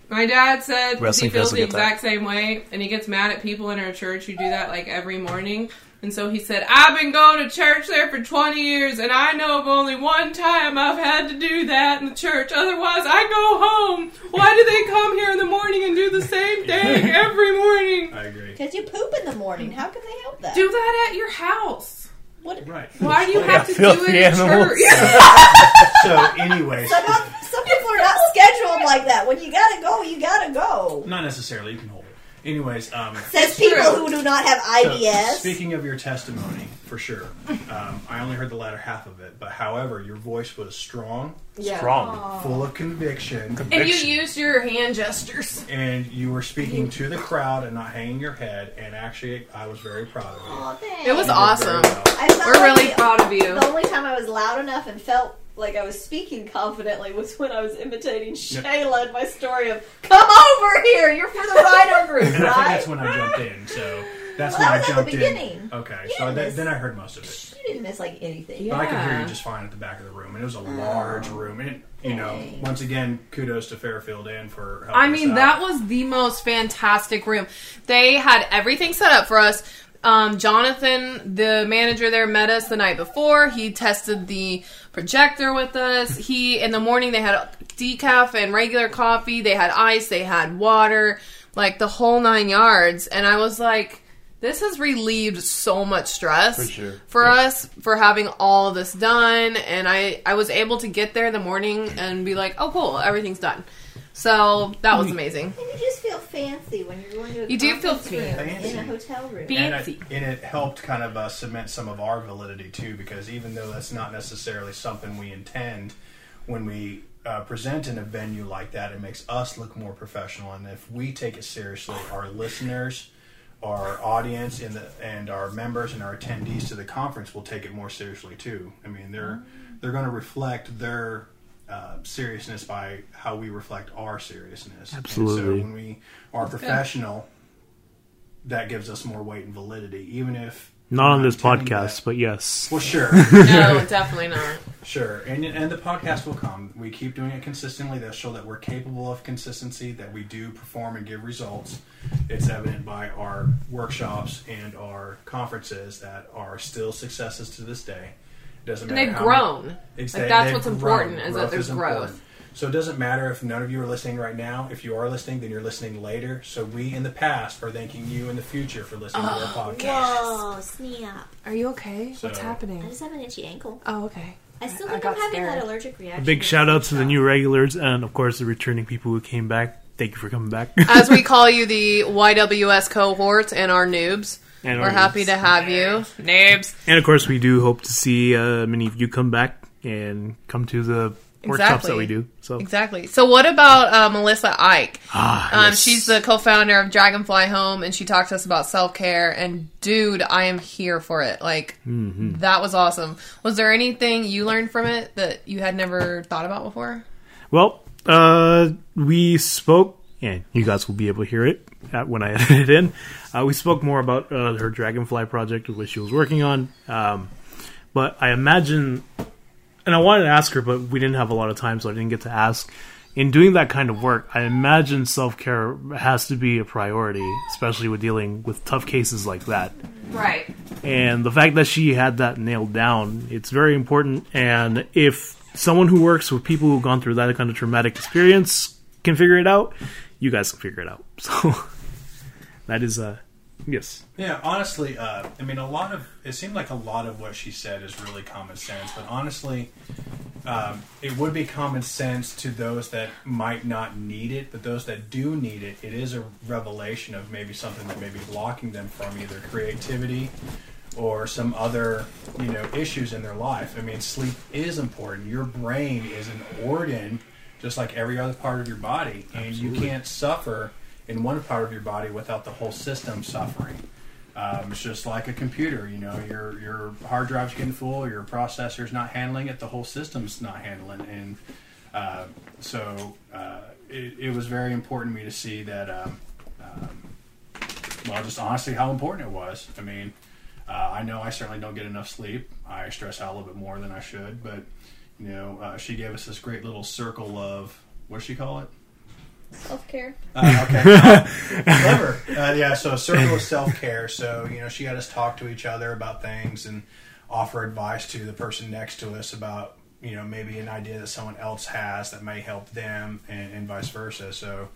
[SPEAKER 3] My dad said
[SPEAKER 6] Wrestling
[SPEAKER 3] he feels
[SPEAKER 6] doesn't
[SPEAKER 3] the
[SPEAKER 6] get that.
[SPEAKER 3] exact same way, and he gets mad at people in our church who do that like every morning. And so he said, I've been going to church there for 20 years, and I know of only one time I've had to do that in the church. Otherwise, I go home. Why do they come here in the morning and do the same thing every morning?
[SPEAKER 4] I agree.
[SPEAKER 5] Because you poop in the morning. How can they help that?
[SPEAKER 3] Do that at your house.
[SPEAKER 5] What?
[SPEAKER 4] Right.
[SPEAKER 3] Why do you
[SPEAKER 2] Yeah,
[SPEAKER 3] have to do
[SPEAKER 2] filthy
[SPEAKER 3] it in
[SPEAKER 2] animals.
[SPEAKER 3] church?
[SPEAKER 4] So, anyways,
[SPEAKER 5] Some, of- some people are not scheduled like that. When you gotta go, you gotta go.
[SPEAKER 4] not necessarily. You can hold it. Anyways, um,
[SPEAKER 5] Says
[SPEAKER 3] True.
[SPEAKER 5] people who do not have
[SPEAKER 4] So,
[SPEAKER 5] IBS.
[SPEAKER 4] Speaking of your testimony, for sure, um, I only heard the latter half of it, but however, your voice was strong,
[SPEAKER 2] Strong.
[SPEAKER 4] full of conviction,
[SPEAKER 3] And you
[SPEAKER 2] Conviction.
[SPEAKER 3] use your hand gestures.
[SPEAKER 4] and you were speaking to the crowd and not hanging your head. And actually, I was very proud of you.
[SPEAKER 5] Aw, Oh, thanks.
[SPEAKER 3] It was
[SPEAKER 4] You
[SPEAKER 3] awesome.
[SPEAKER 4] did very well.
[SPEAKER 5] I felt
[SPEAKER 3] We're
[SPEAKER 5] like
[SPEAKER 3] really
[SPEAKER 5] the-
[SPEAKER 3] proud of you.
[SPEAKER 5] The only time I was loud enough and felt like I was speaking confidently was when I was imitating
[SPEAKER 4] Yep.
[SPEAKER 5] Shayla in my story of "Come over here, you're for the writer group,
[SPEAKER 4] And I think that's
[SPEAKER 5] right?"
[SPEAKER 4] when I jumped in. So that's when
[SPEAKER 5] Well, that
[SPEAKER 4] I
[SPEAKER 5] was at
[SPEAKER 4] jumped
[SPEAKER 5] the
[SPEAKER 4] in.
[SPEAKER 5] beginning.
[SPEAKER 4] Okay,
[SPEAKER 5] Yeah,
[SPEAKER 4] so
[SPEAKER 5] it
[SPEAKER 4] that,
[SPEAKER 5] was-
[SPEAKER 4] then I heard most of it.
[SPEAKER 5] You didn't miss like anything.
[SPEAKER 4] But I could hear you
[SPEAKER 3] Yeah.
[SPEAKER 4] just fine at the back of the room, and it was a large room. And you know,
[SPEAKER 5] Yay.
[SPEAKER 4] once again, kudos to Fairfield and for. Helping
[SPEAKER 3] I mean,
[SPEAKER 4] us
[SPEAKER 3] that
[SPEAKER 4] out.
[SPEAKER 3] was the most fantastic room. They had everything set up for us. Um, Jonathan, the manager there, met us the night before. He tested the projector with us. He in the morning they had decaf and regular coffee. They had ice. They had water, like the whole nine yards. And I was like, this has relieved so much stress
[SPEAKER 2] For sure.
[SPEAKER 3] for us for having all this done. And I I was able to get there in the morning and be like, oh cool, everything's done. So that was amazing.
[SPEAKER 5] And you just feel fancy when you're going to a
[SPEAKER 3] You do feel
[SPEAKER 5] conference room
[SPEAKER 4] fancy.
[SPEAKER 5] in a hotel room.
[SPEAKER 3] Be-
[SPEAKER 4] and, I,
[SPEAKER 3] Fancy.
[SPEAKER 4] and it helped kind of uh, cement some of our validity too, because even though that's not necessarily something we intend, when we uh, present in a venue like that, it makes us look more professional. And if we take it seriously, our listeners, our audience, and the, and our members and our attendees to the conference will take it more seriously too. I mean, they're
[SPEAKER 3] Mm.
[SPEAKER 4] they're going to reflect their uh, seriousness by how we reflect our seriousness. And
[SPEAKER 2] Absolutely.
[SPEAKER 4] so when we are professional that gives us more weight and validity, even if
[SPEAKER 2] Not on
[SPEAKER 4] we're
[SPEAKER 2] this
[SPEAKER 4] intending
[SPEAKER 2] podcast,
[SPEAKER 4] that-
[SPEAKER 2] but yes.
[SPEAKER 4] Well, sure,
[SPEAKER 3] No, definitely not.
[SPEAKER 4] sure, and and the podcast will come. We keep doing it consistently. They'll show that we're capable of consistency, that we do perform and give results. It's evident by our workshops and our conferences that are still successes to this day. Doesn't
[SPEAKER 3] And
[SPEAKER 4] matter
[SPEAKER 3] they've
[SPEAKER 4] how-
[SPEAKER 3] grown.
[SPEAKER 4] It's
[SPEAKER 3] Like,
[SPEAKER 4] that
[SPEAKER 3] that's
[SPEAKER 4] they've
[SPEAKER 3] what's
[SPEAKER 4] grown.
[SPEAKER 3] important is that there's
[SPEAKER 4] important.
[SPEAKER 3] growth.
[SPEAKER 4] So it doesn't matter if none of you are listening right now. If you are listening, then you're listening later. So we in the past are thanking you in the future for listening to our podcast.
[SPEAKER 5] Whoa, snap!
[SPEAKER 3] Are you okay?
[SPEAKER 4] So-
[SPEAKER 3] Oh, What's
[SPEAKER 5] I
[SPEAKER 3] happening?
[SPEAKER 5] just have an itchy ankle.
[SPEAKER 3] Oh, okay.
[SPEAKER 5] I still
[SPEAKER 3] I
[SPEAKER 5] think I
[SPEAKER 3] got
[SPEAKER 5] am having
[SPEAKER 3] scared.
[SPEAKER 5] that allergic reaction.
[SPEAKER 2] Big shout out to the new regulars and, of course, the returning people who came back. Thank you for coming back.
[SPEAKER 3] As we call you, the YWS cohort and our noobs.
[SPEAKER 2] And
[SPEAKER 3] We're
[SPEAKER 2] our
[SPEAKER 3] happy
[SPEAKER 2] noobs.
[SPEAKER 3] to have you, noobs.
[SPEAKER 2] and, of course, we do hope to see uh, many of you come back and come to the workshops that
[SPEAKER 3] Exactly.
[SPEAKER 2] we do. So,
[SPEAKER 3] Exactly. So, what about uh, Melissa Ike?
[SPEAKER 2] ah,
[SPEAKER 3] Um,
[SPEAKER 2] yes.
[SPEAKER 3] She's the co-founder of Dragonfly Home, and she talked to us about self-care. And dude, I am here for it. Like that was awesome. Was there anything you learned from it that you had never thought about before?
[SPEAKER 2] Well, uh, we spoke, and you guys will be able to hear it uh, when I edit it in. Uh, we spoke more about uh, her Dragonfly project, which she was working on. Um, but I imagine, and I wanted to ask her, but we didn't have a lot of time, so I didn't get to ask. in doing that kind of work, I imagine self care has to be a priority, especially with dealing with tough cases like that.
[SPEAKER 3] Right.
[SPEAKER 2] And the fact that she had that nailed down, it's very important. And if someone who works with people who've gone through that kind of traumatic experience can figure it out, you guys can figure it out. So that is uh yes.
[SPEAKER 4] Yeah, honestly, uh, I mean, a lot of it seemed like a lot of what she said is really common sense, but honestly, um, it would be common sense to those that might not need it, but those that do need it, it is a revelation of maybe something that may be blocking them from either creativity or some other you know issues in their life. I mean, sleep is important. Your brain is an organ, just like every other part of your body, and you can't suffer in one part of your body without the whole system suffering. Um, it's just like a computer, you know, your your hard drive's getting full, your processor's not handling it, the whole system's not handling, it. and uh, so uh, it, it was very important to me to see that. Um, well, just honestly, how important it was. I mean, uh, I know I certainly don't get enough sleep. I stress out a little bit more than I should, but you know, uh, she gave us this great little circle of what she call it.
[SPEAKER 5] Self care.
[SPEAKER 4] Uh, okay, clever. Uh, yeah, so a circle of self care. So you know, she had us talk to each other about things and offer advice to the person next to us about you know maybe an idea that someone else has that may help them, and, and vice versa. So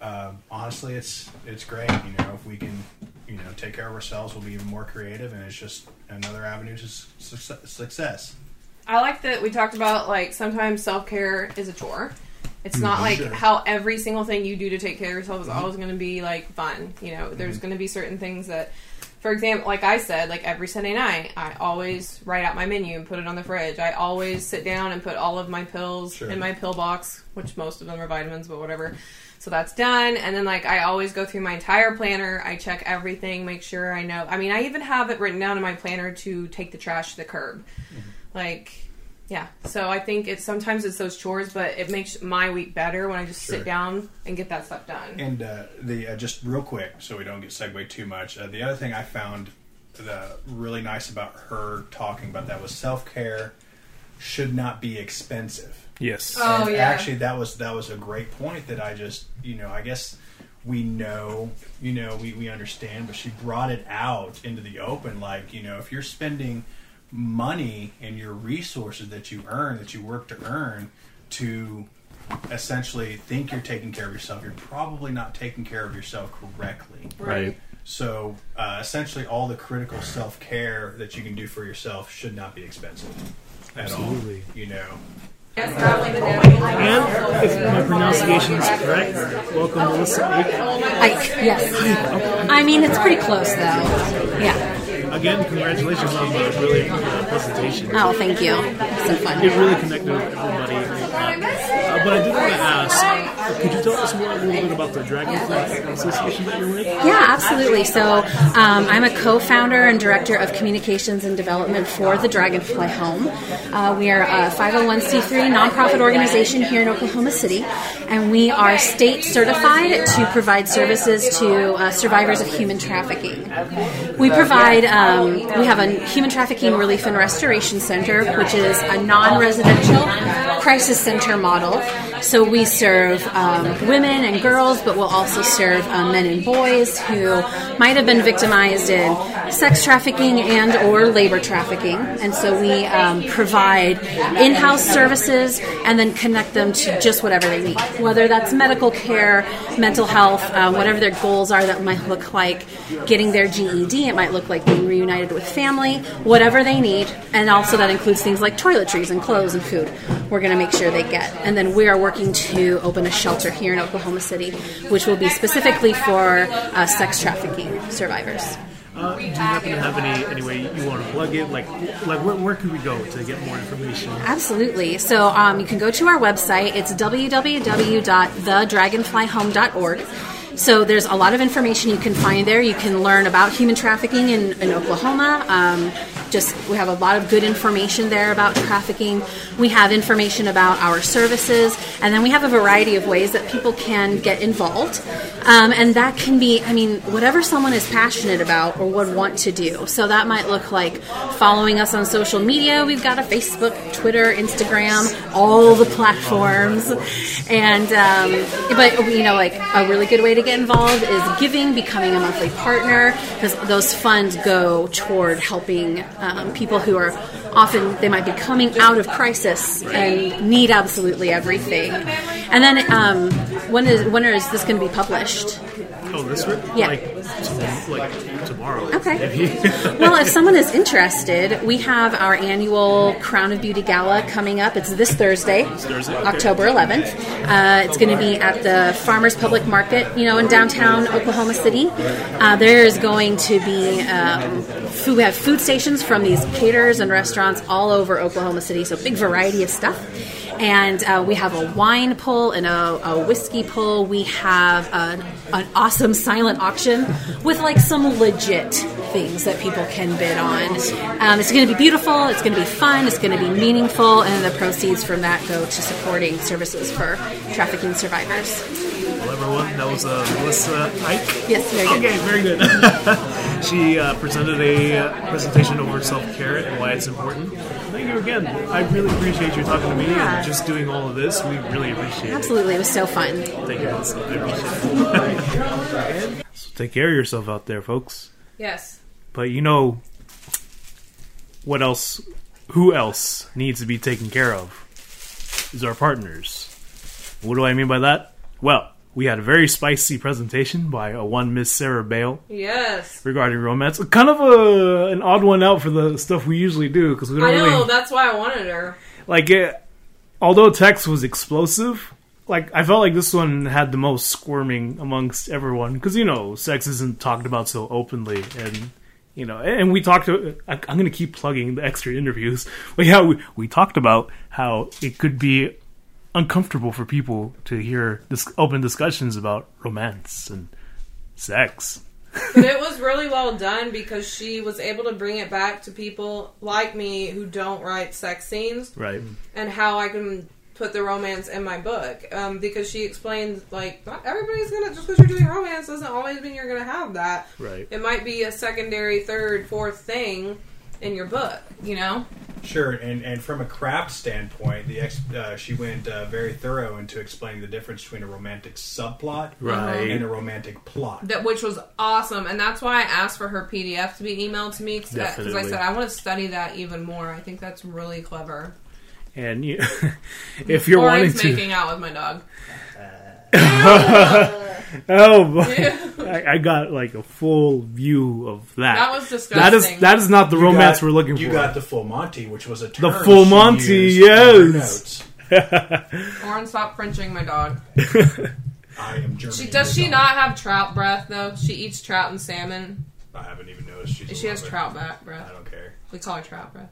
[SPEAKER 4] uh, honestly, it's it's great. You know, if we can you know take care of ourselves, we'll be even more creative, and it's just another avenue to su- suc- success.
[SPEAKER 3] I like that we talked about like sometimes self care is a chore. It's not like
[SPEAKER 4] Mm-hmm. Sure. Mm-hmm.
[SPEAKER 3] how every single thing you do to take care of yourself is always going to be like fun. You know, there's going to be certain things that, for example, like I said, like every Sunday night, I always write out my menu and put it on the fridge. I always sit down and put all of my pills
[SPEAKER 4] Sure.
[SPEAKER 3] in my pill box, which most of them are vitamins, but whatever. So that's done. And then like I always go through my entire planner. I check everything, make sure I know. I mean, I even have it written down in my planner to take the trash to the curb. Like yeah, so I think it's sometimes it's those chores, but it makes my week better when I just
[SPEAKER 4] Sure.
[SPEAKER 3] sit down and get that stuff done.
[SPEAKER 4] And uh, the uh, just real quick, so we don't get segued too much. Uh, the other thing I found the really nice about her talking about that was self care should not be expensive.
[SPEAKER 2] Yes.
[SPEAKER 3] Oh,
[SPEAKER 4] and
[SPEAKER 3] yeah.
[SPEAKER 4] actually that was that was a great point that I just you know I guess we know you know we, we understand but she brought it out into the open like you know if you're spending money and your resources that you earn that you work to earn to essentially think you're taking care of yourself you're probably not taking care of yourself correctly
[SPEAKER 2] right.
[SPEAKER 4] so uh, essentially all the critical self-care that you can do for yourself should not be expensive at
[SPEAKER 2] Absolutely.
[SPEAKER 4] all you know
[SPEAKER 3] That's probably the devil.
[SPEAKER 2] And if my pronunciation is correct, welcome Melissa Aiken.
[SPEAKER 7] I, yes. I mean, it's pretty close, though. Yeah.
[SPEAKER 2] Again, congratulations on the really uh, presentation.
[SPEAKER 7] Oh, thank you. It's been fun.
[SPEAKER 2] It really connected with everybody. Uh, but I did want to ask, could you tell us more a little bit about the Dragonfly Association that you're with?
[SPEAKER 7] Yeah, absolutely. So um, I'm a co founder and director of communications and development for the Dragonfly Home. Uh, we are a 501c3 nonprofit organization here in Oklahoma City, and we are state certified to provide services to uh, survivors of human trafficking. We provide, um, we have a Human Trafficking Relief and Restoration Center, which is a non residential crisis center model. So we serve um, women and girls, but we'll also serve um, men and boys who might have been victimized in sex trafficking and or labor trafficking. And so we um, provide in-house services and then connect them to just whatever they need, whether that's medical care, mental health, um, whatever their goals are. That might look like getting their GED. It might look like being reunited with family. Whatever they need, and also that includes things like toiletries and clothes and food. We're going to make sure they get. And then we are working to open a shelter here in Oklahoma City, which will be specifically for uh, sex trafficking survivors.
[SPEAKER 2] Uh, do you happen to have any, any way you want to plug it? Like, like where, where could we go to get more information?
[SPEAKER 7] Absolutely. So um, you can go to our website. It's www.thedragonflyhome.org. So there's a lot of information you can find there. You can learn about human trafficking in, in Oklahoma. Um, just we have a lot of good information there about trafficking. We have information about our services, and then we have a variety of ways that people can get involved. Um, and that can be, I mean, whatever someone is passionate about or would want to do. So that might look like following us on social media. We've got a Facebook, Twitter, Instagram, all the platforms. And, um, but, you know, like a really good way to get involved is giving, becoming a monthly partner, because those funds go toward helping um, people who are often, they might be coming out of crisis and need absolutely everything. And then, um, when is when is this going to be published?
[SPEAKER 2] Oh, this week?
[SPEAKER 7] Yeah.
[SPEAKER 2] Like, t- like tomorrow.
[SPEAKER 7] Okay. well, if someone is interested, we have our annual Crown of Beauty Gala coming up. It's this Thursday, October 11th. Uh, it's going to be at the Farmers Public Market, you know, in downtown Oklahoma City. Uh, there is going to be um, food, we have food stations from these caterers and restaurants all over Oklahoma City, so big variety of stuff. And uh, we have a wine pull and a, a whiskey pull. We have an, an awesome silent auction with like some legit things that people can bid on. Um, it's going to be beautiful. It's going to be fun. It's going to be meaningful. And the proceeds from that go to supporting services for trafficking survivors.
[SPEAKER 2] Well, everyone, that was uh, Melissa Ike.
[SPEAKER 7] Yes, very good.
[SPEAKER 2] Okay, very good. she uh, presented a uh, presentation over self care and why it's important. Thank you again. I really appreciate you talking to me
[SPEAKER 7] Yeah.
[SPEAKER 2] and just doing all of this. We really appreciate it.
[SPEAKER 7] Absolutely, it was so fun.
[SPEAKER 2] Thank you. Melissa. I appreciate it. so take care of yourself out there, folks.
[SPEAKER 3] Yes.
[SPEAKER 2] But you know what else? Who else needs to be taken care of? Is our partners. What do I mean by that? Well, we had a very spicy presentation by a one Miss Sarah Bale
[SPEAKER 3] Yes.
[SPEAKER 2] regarding romance. Kind of a an odd one out for the stuff we usually do because we don't
[SPEAKER 3] I know.
[SPEAKER 2] really
[SPEAKER 3] That's why I wanted her.
[SPEAKER 2] like it. Although text was explosive, like I felt like this one had the most squirming amongst everyone because you know sex isn't talked about so openly and. You know, and we talked. To, I, I'm going to keep plugging the extra interviews. But yeah, we, we talked about how it could be uncomfortable for people to hear this open discussions about romance and sex.
[SPEAKER 3] But it was really well done because she was able to bring it back to people like me who don't write sex scenes
[SPEAKER 2] Right.
[SPEAKER 3] and how I can put the romance in my book. Um, because she explained, like, not everybody's gonna, just because you're doing romance doesn't always mean you're gonna have that.
[SPEAKER 2] Right.
[SPEAKER 3] It might be a secondary, third, fourth thing in your book, you know?
[SPEAKER 4] Sure, and, and from a craft standpoint, the ex, uh, she went uh, very thorough into explaining the difference between a romantic subplot
[SPEAKER 2] Right.
[SPEAKER 4] and a romantic plot.
[SPEAKER 3] that which was awesome and that's why i asked for her pdf to be emailed to me because i
[SPEAKER 2] Definitely.
[SPEAKER 3] said i want to study that even more i think that's really clever
[SPEAKER 2] And you, if you're
[SPEAKER 3] or
[SPEAKER 2] wanting
[SPEAKER 3] it's
[SPEAKER 2] to,
[SPEAKER 3] making out with my dog
[SPEAKER 2] oh, boy. I, I got like a full view of that.
[SPEAKER 3] That was disgusting.
[SPEAKER 2] That is that is not the
[SPEAKER 4] You
[SPEAKER 2] romance
[SPEAKER 4] got-
[SPEAKER 2] we're looking
[SPEAKER 4] You
[SPEAKER 2] for.
[SPEAKER 4] got the full Monty, which was a term
[SPEAKER 2] full
[SPEAKER 4] she
[SPEAKER 2] Monty,
[SPEAKER 4] used in her
[SPEAKER 2] yes.
[SPEAKER 4] notes.
[SPEAKER 3] lauren stop frenching my dog
[SPEAKER 4] I am German.
[SPEAKER 3] she does she not have trout breath though she eats trout and salmon
[SPEAKER 4] I haven't even noticed. She's a
[SPEAKER 3] she has
[SPEAKER 4] lover.
[SPEAKER 3] trout back
[SPEAKER 4] I
[SPEAKER 3] breath
[SPEAKER 4] don't care.
[SPEAKER 3] we call her trout breath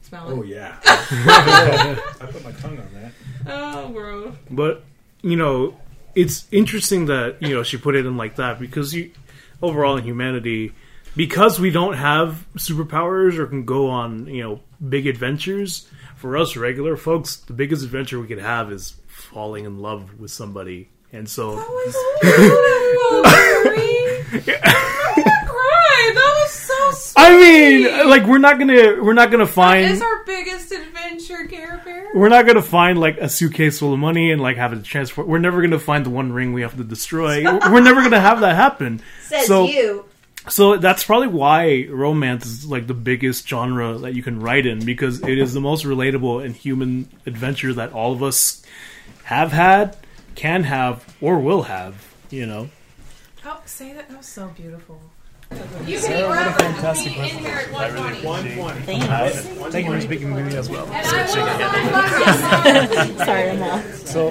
[SPEAKER 3] smell
[SPEAKER 4] Oh
[SPEAKER 3] it
[SPEAKER 4] yeah. I put my tongue on that.
[SPEAKER 3] oh bro
[SPEAKER 2] but you know, it's interesting that you know she put it in like that because you, overall in humanity, because we don't have superpowers or can go on you know big adventures. For us regular folks, the biggest adventure we could have is falling in love with somebody. And so
[SPEAKER 3] Oh, Cry! That was so sweet.
[SPEAKER 2] I mean, like we're not gonna we're not gonna find
[SPEAKER 3] It's our biggest adventure, Care Bear.
[SPEAKER 2] we're not gonna find like a suitcase full of money and like have it transport. We're never gonna find the one ring we have to destroy. We're we're never gonna have that happen.
[SPEAKER 5] Says
[SPEAKER 2] so
[SPEAKER 5] you.
[SPEAKER 2] so that's probably why romance is like the biggest genre that you can write in because it is the most relatable and human adventure that all of us have had, can have, or will have. You know.
[SPEAKER 3] Oh, say that. That was so beautiful.
[SPEAKER 2] Thank you for speaking to me as well.
[SPEAKER 7] Sorry, I'm all.
[SPEAKER 2] So,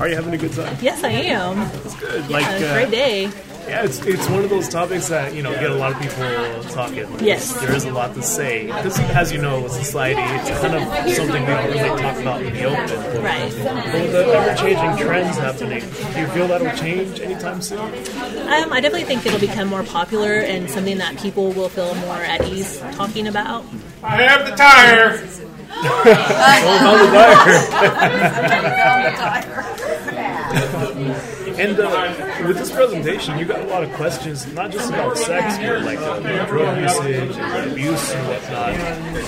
[SPEAKER 2] are you having a good time?
[SPEAKER 8] Yes, I am.
[SPEAKER 2] Good. Like. uh,
[SPEAKER 8] Great day.
[SPEAKER 2] Yeah, it's, it's one of those topics that you know get a lot of people talking.
[SPEAKER 7] Yes.
[SPEAKER 2] there is a lot to say because, as you know, with society, it's kind of something we don't really talk about in the open.
[SPEAKER 7] Right.
[SPEAKER 2] With the ever-changing trends happening, do you feel that'll change anytime soon?
[SPEAKER 8] Um, I definitely think it'll become more popular and something that people will feel more at ease talking about.
[SPEAKER 2] I have the tire. the tire. And uh, with this presentation, you got a lot of questions, not just about sex, but like uh, drug usage, and abuse, and whatnot.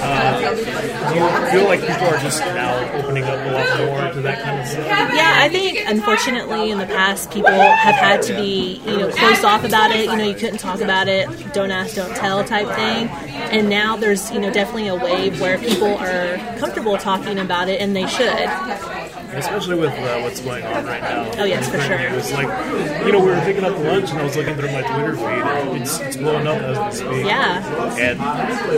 [SPEAKER 2] Uh, do you feel like people are just now opening up a lot more to that kind of stuff?
[SPEAKER 8] Yeah, I think unfortunately in the past people have had to be you know closed off about it. You know, you couldn't talk about it. Don't ask, don't tell type thing. And now there's you know definitely a wave where people are comfortable talking about it, and they should.
[SPEAKER 2] Especially with uh, what's going on right now.
[SPEAKER 8] Oh, yes, for sure.
[SPEAKER 2] It was like, you know, we were picking up lunch, and I was looking through my Twitter feed. and It's, it's blowing up as we speak.
[SPEAKER 8] Yeah,
[SPEAKER 2] And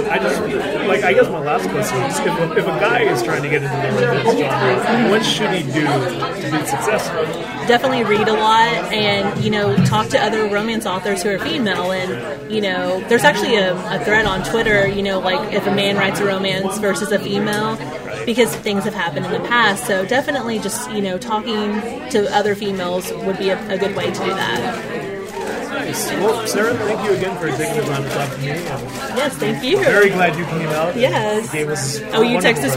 [SPEAKER 2] I just, like, I guess my last question is if a, if a guy is trying to get into the romance genre, what should he do to be successful?
[SPEAKER 8] definitely read a lot, and you know talk to other romance authors who are female. And you know, there's actually a, a thread on Twitter. You know, like if a man writes a romance versus a female. Because things have happened in the past, so definitely just you know talking to other females would be a, a good way to do that.
[SPEAKER 2] Nice. Well, Sarah, thank you again for taking the time to talk to me. I'm
[SPEAKER 8] Yes, thank you.
[SPEAKER 2] very glad you came out. and
[SPEAKER 8] Yes.
[SPEAKER 2] Gave us
[SPEAKER 8] Oh, you text this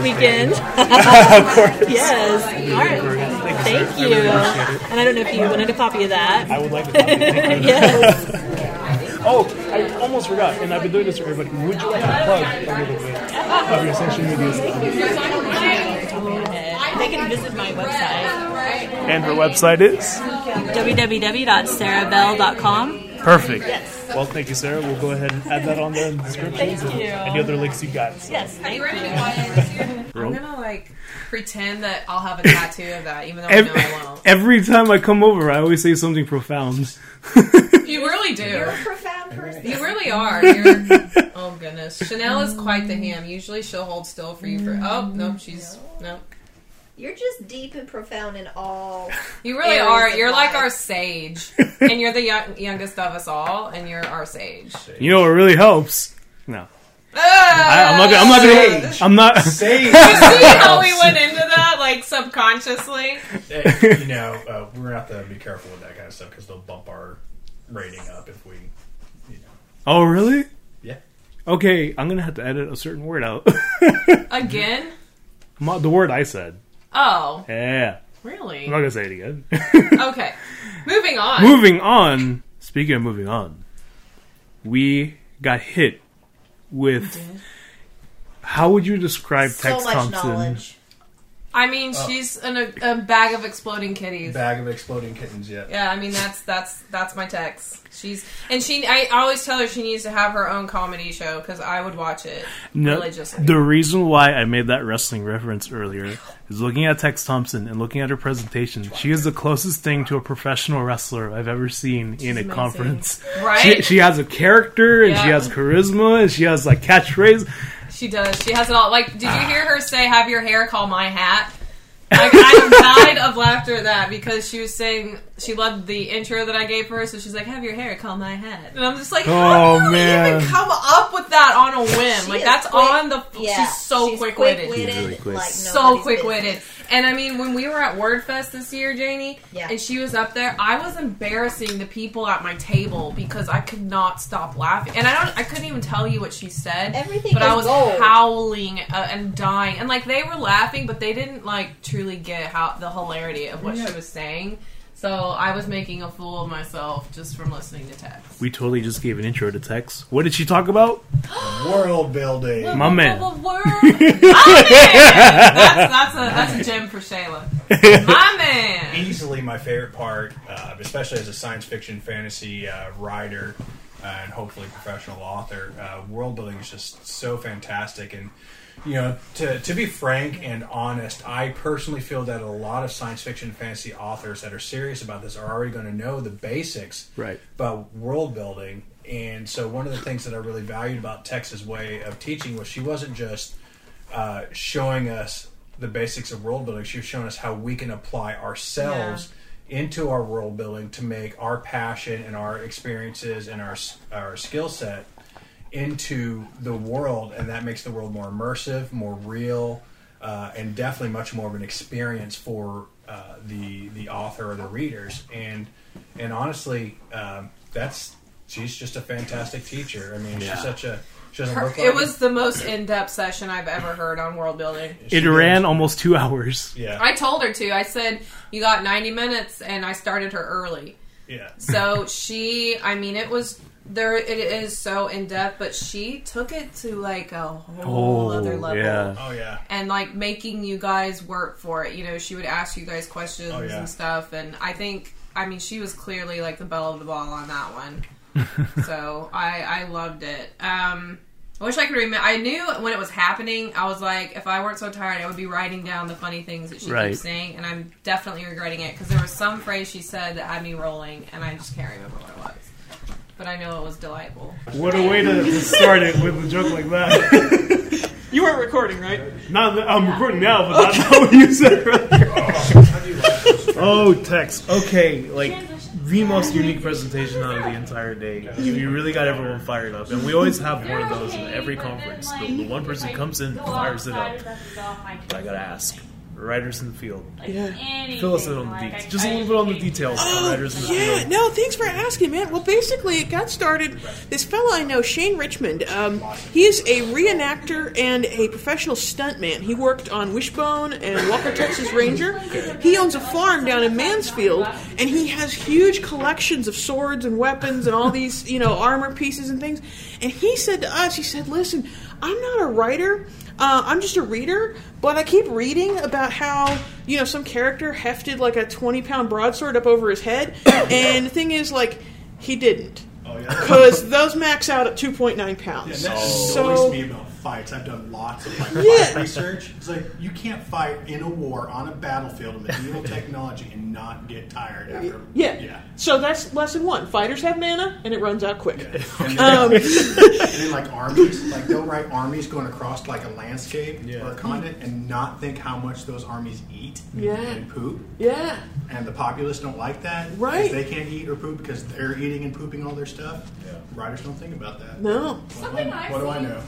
[SPEAKER 8] weekend?
[SPEAKER 2] of course.
[SPEAKER 8] Yes. All right.
[SPEAKER 2] Thank
[SPEAKER 8] Thank
[SPEAKER 2] you.
[SPEAKER 8] you.
[SPEAKER 2] Sarah. I really appreciate it.
[SPEAKER 8] And I don't know if you wanted a copy of that.
[SPEAKER 2] I would like to talk to you. Thank you.
[SPEAKER 8] Yes.
[SPEAKER 2] Oh, I almost forgot, and I've been doing this for everybody. Would you like to plug a little bit of your social media?
[SPEAKER 8] They can visit my website,
[SPEAKER 2] And her website is?
[SPEAKER 8] www.sarahbell.com.
[SPEAKER 2] Perfect. Well, thank you, Sarah. We'll go ahead and add that on the description.
[SPEAKER 8] Thank you.
[SPEAKER 2] Any other links you got? So.
[SPEAKER 8] Yes, thank you.
[SPEAKER 3] I'm gonna like pretend that I'll have a tattoo of that, even though I know I won't.
[SPEAKER 2] every time I come over, I always say something profound.
[SPEAKER 3] You really do.
[SPEAKER 5] Profound person.
[SPEAKER 3] You really are. You're, oh goodness, Chanel is quite the ham. Usually she'll hold still for you for. Oh
[SPEAKER 2] Mm,
[SPEAKER 3] no, she's no.
[SPEAKER 5] You're just deep and profound in all.
[SPEAKER 3] You really
[SPEAKER 5] Aries
[SPEAKER 3] are.
[SPEAKER 5] of
[SPEAKER 3] You're like
[SPEAKER 5] life.
[SPEAKER 3] our sage, and you're the young, youngest of us all, and you're our sage.
[SPEAKER 2] You know, it really helps. No, I,
[SPEAKER 3] Ah!
[SPEAKER 2] I'm not. gonna- I'm not. Gonna, I'm not.
[SPEAKER 4] Say,
[SPEAKER 3] See how we went into that like subconsciously.
[SPEAKER 2] Mm-hmm.
[SPEAKER 4] you know, uh, we're gonna have to be careful with that kind of stuff because they'll bump our rating up if we, you know,
[SPEAKER 2] Oh, really?
[SPEAKER 4] yeah.
[SPEAKER 2] Okay, I'm gonna have to edit a certain word out.
[SPEAKER 3] Again?
[SPEAKER 2] My- the word I said.
[SPEAKER 3] Oh,
[SPEAKER 2] Yeah,
[SPEAKER 3] really?
[SPEAKER 2] I'm not gonna say it again.
[SPEAKER 3] Okay. Moving on.
[SPEAKER 2] moving on. Speaking of moving on, we got hit with. How would you describe Tex
[SPEAKER 5] so much
[SPEAKER 2] Thompson?
[SPEAKER 5] knowledge.
[SPEAKER 3] I mean, she's in a, a bag of exploding kitties.
[SPEAKER 4] Bag of exploding kittens yet.
[SPEAKER 3] Yeah, I mean that's that's that's my text. She's and she. I always tell her she needs to have her own comedy show because I would watch it
[SPEAKER 2] No,
[SPEAKER 3] religiously.
[SPEAKER 2] the reason why I made that wrestling reference earlier is looking at Tex Thompson and looking at her presentation. She is the closest thing to a professional wrestler I've ever seen in a conference.
[SPEAKER 3] Right?
[SPEAKER 2] She, she has a character and she
[SPEAKER 3] Yeah.
[SPEAKER 2] has charisma and she has like catchphrase.
[SPEAKER 3] She does. She has it all. Like, did you
[SPEAKER 2] Ah.
[SPEAKER 3] hear her say, "Have your hair call my hat"? Like, I died of laughter at that because she was saying she loved the intro that I gave her, so she's like, "Have your hair call my hat," and I'm just like, "How
[SPEAKER 2] Oh,
[SPEAKER 3] do you
[SPEAKER 2] man.
[SPEAKER 3] even come up with that on a whim?
[SPEAKER 5] She
[SPEAKER 3] like,
[SPEAKER 5] is
[SPEAKER 3] that's
[SPEAKER 5] quick-
[SPEAKER 3] on the.
[SPEAKER 5] Yeah,
[SPEAKER 3] she's so quick-witted.
[SPEAKER 5] like
[SPEAKER 3] so
[SPEAKER 5] nobody's
[SPEAKER 3] quick witted. And I mean, when we were at WordFest this year, Janie,
[SPEAKER 5] Yeah.
[SPEAKER 3] and she was up there, I was embarrassing the people at my table because I could not stop laughing, and I don't, I couldn't even tell you what she said.
[SPEAKER 5] Everything
[SPEAKER 3] but I
[SPEAKER 5] is
[SPEAKER 3] was
[SPEAKER 5] gold.
[SPEAKER 3] howling uh, and dying, and like they were laughing, but they didn't like truly get how the hilarity of what she was saying. So I was making a fool of myself just from listening to text.
[SPEAKER 2] We totally just gave an intro to Tex. What did she talk about?
[SPEAKER 4] World building.
[SPEAKER 2] My man.
[SPEAKER 3] Word. My man. That's, that's a that's a gem for Shayla. My man.
[SPEAKER 4] easily my favorite part, uh, especially as a science fiction fantasy uh, writer uh, and hopefully professional author. Uh, world building is just so fantastic, and you know, to to be frank and honest, I personally feel that a lot of science fiction and fantasy authors that are serious about this are already going to know the basics,
[SPEAKER 2] Right.
[SPEAKER 4] about world building. And so, one of the things that I really valued about Tex's way of teaching was she wasn't just uh, showing us the basics of world building. She was showing us how we can apply ourselves into our world building to make our passion and our experiences and our s- our skill set into the world, and that makes the world more immersive, more real, uh, and definitely much more of an experience for uh, the the author or the readers. And and honestly, um, that's she's just a fantastic teacher. I mean, she's such a she doesn't look like
[SPEAKER 3] It was the most in depth session I've ever heard on world building.
[SPEAKER 4] she
[SPEAKER 2] It
[SPEAKER 4] does-
[SPEAKER 2] ran almost two hours.
[SPEAKER 4] Yeah,
[SPEAKER 3] I told her to. I said, You got 90 minutes, and I started her early.
[SPEAKER 4] yeah.
[SPEAKER 3] So she, I mean, it was there. It is so in depth, but she took it to like a whole other
[SPEAKER 2] Oh,
[SPEAKER 3] level,
[SPEAKER 2] yeah.
[SPEAKER 4] Oh yeah.
[SPEAKER 3] and like making you guys work for it. You know, she would ask you guys questions
[SPEAKER 4] Oh, yeah.
[SPEAKER 3] and stuff, and I think, I mean, she was clearly like the belle of the ball on that one. so I, I loved it. Um, I wish I could remember. I knew when it was happening. I was like, if I weren't so tired, I would be writing down the funny things that she
[SPEAKER 2] Right.
[SPEAKER 3] keeps saying, and I'm definitely regretting it because there was some phrase she said that had me rolling, and I just can't remember what it was. But I know it was delightful.
[SPEAKER 2] What a way to start it with a joke like that.
[SPEAKER 8] You weren't recording, right?
[SPEAKER 2] Not that I'm recording now, but that's not what you said earlier. oh, text. Okay, like the most unique presentation out of the entire day. You, you really got everyone fired up, and we always have one of those in every conference. The, the one person comes in, and fires it up. But I gotta ask, writers in the field,
[SPEAKER 9] Yeah.
[SPEAKER 2] fill us in on the details. Just a little bit on the details. on writers in the
[SPEAKER 1] Yeah,
[SPEAKER 2] field.
[SPEAKER 1] no, thanks for asking, man. Well, basically, it got started. This fella I know, Shane Richmond, um, he is a reenactor and a professional stuntman. He worked on Wishbone and Walker, Texas Ranger. He owns a farm down in Mansfield, and he has huge collections of swords and weapons and all these, you know, armor pieces and things. And he said to us, he said, listen, I'm not a writer. Uh, I'm just a reader, but I keep reading about how you know some character hefted like a 20 pound broadsword up over his head, and the thing is like he didn't
[SPEAKER 4] Oh yeah.
[SPEAKER 1] because those max out at 2.9 pounds.
[SPEAKER 10] That
[SPEAKER 1] So-
[SPEAKER 10] annoys me about fights. I've done lots of like,
[SPEAKER 1] Yeah.
[SPEAKER 10] fight research. It's like you can't fight in a war on a battlefield with medieval technology and not get tired after.
[SPEAKER 1] Yeah.
[SPEAKER 10] yeah.
[SPEAKER 1] So that's lesson one. Fighters have mana, and it runs out quick.
[SPEAKER 10] And then, and then like armies, like they'll write armies going across like a landscape or a continent and not think how much those armies eat
[SPEAKER 1] Yeah.
[SPEAKER 10] and poop.
[SPEAKER 1] Yeah.
[SPEAKER 10] And the populace don't like that. 'cause
[SPEAKER 1] Right.
[SPEAKER 10] They can't eat or poop because they're eating and pooping all their stuff. Writers don't think about that.
[SPEAKER 1] No.
[SPEAKER 10] What, do I, what do I know?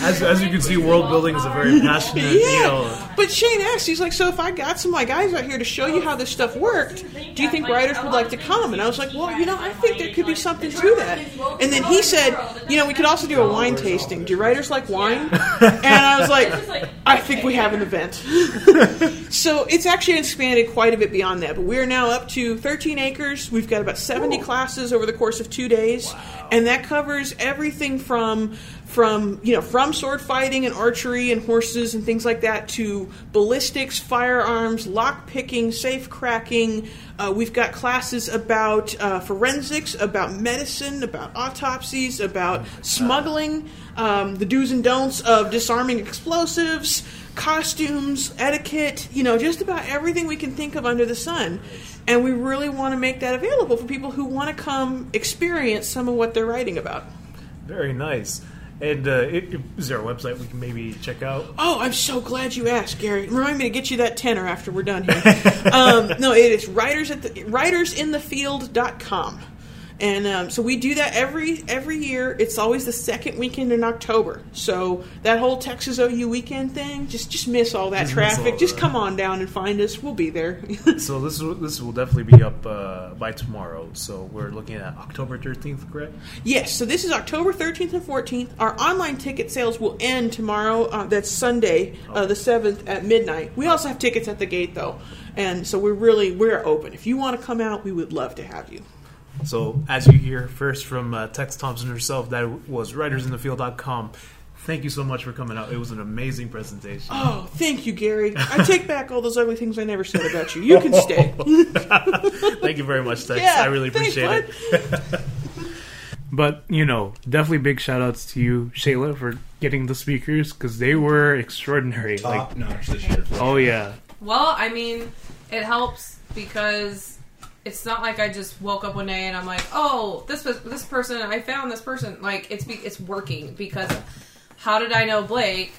[SPEAKER 2] As, as you can see, world building is a very passionate deal.
[SPEAKER 1] Yeah. But Shane asked, he's like, so if I got some of my guys out here to show you how this stuff worked, do you think writers would like to come? And I was like, well, you know, I think there could be something to that. And then he said, you know, we could also do a wine tasting. Do writers like wine? And I was like, I think we have an event. so it's actually expanded quite a bit beyond that. But we are now up to 13 acres. We've got about 70 classes over the course of two days, and that covers everything from from you know from sword fighting and archery and horses and things like that to ballistics, firearms, lock picking, safe cracking. Uh, we've got classes about uh, forensics, about medicine, about autopsies, about smuggling, um, the do's and don'ts of disarming explosives, costumes, etiquette, you know, just about everything we can think of under the sun. And we really want to make that available for people who want to come experience some of what they're writing about.
[SPEAKER 2] Very nice. And uh, it, it- is there a website we can maybe check out?
[SPEAKER 1] Oh, I'm so glad you asked, Gary. Remind me to get you that tenor after we're done here. um, no, it is writers at the writersinthefield.com. And um, so we do that every every year. It's always the second weekend in October. So that whole Texas OU weekend thing, just just miss all that
[SPEAKER 2] Just miss all
[SPEAKER 1] traffic. just
[SPEAKER 2] that.
[SPEAKER 1] come on down and find us. We'll be there.
[SPEAKER 2] So this will- this will definitely be up uh, by tomorrow. So we're looking at October thirteenth, correct?
[SPEAKER 1] Yes, so this is October 13th and 14th. Our online ticket sales will end tomorrow. Uh, that's Sunday, uh, the 7th at midnight. We also have tickets at the gate though, and so we're really we're open. If you want to come out, we would love to have you.
[SPEAKER 2] So as you hear first from uh, Tex Thompson herself, that was writersinthefield.com. Thank you so much for coming out. It was an amazing presentation.
[SPEAKER 1] Oh, thank you, Gary. I take back all those ugly things I never said about you. You can stay.
[SPEAKER 2] Thank you very much, Tex.
[SPEAKER 1] Yeah,
[SPEAKER 2] I really
[SPEAKER 1] thanks,
[SPEAKER 2] appreciate it. But you know, definitely big shout outs to you, Shayla, for getting the speakers because they were extraordinary. Like,
[SPEAKER 4] Top notch this year.
[SPEAKER 2] oh yeah,
[SPEAKER 3] Well, I mean, it helps because it's not like I just woke up one day and I'm like, oh, this was this person. I found this person. Like it's be, it's working because how did I know Blake?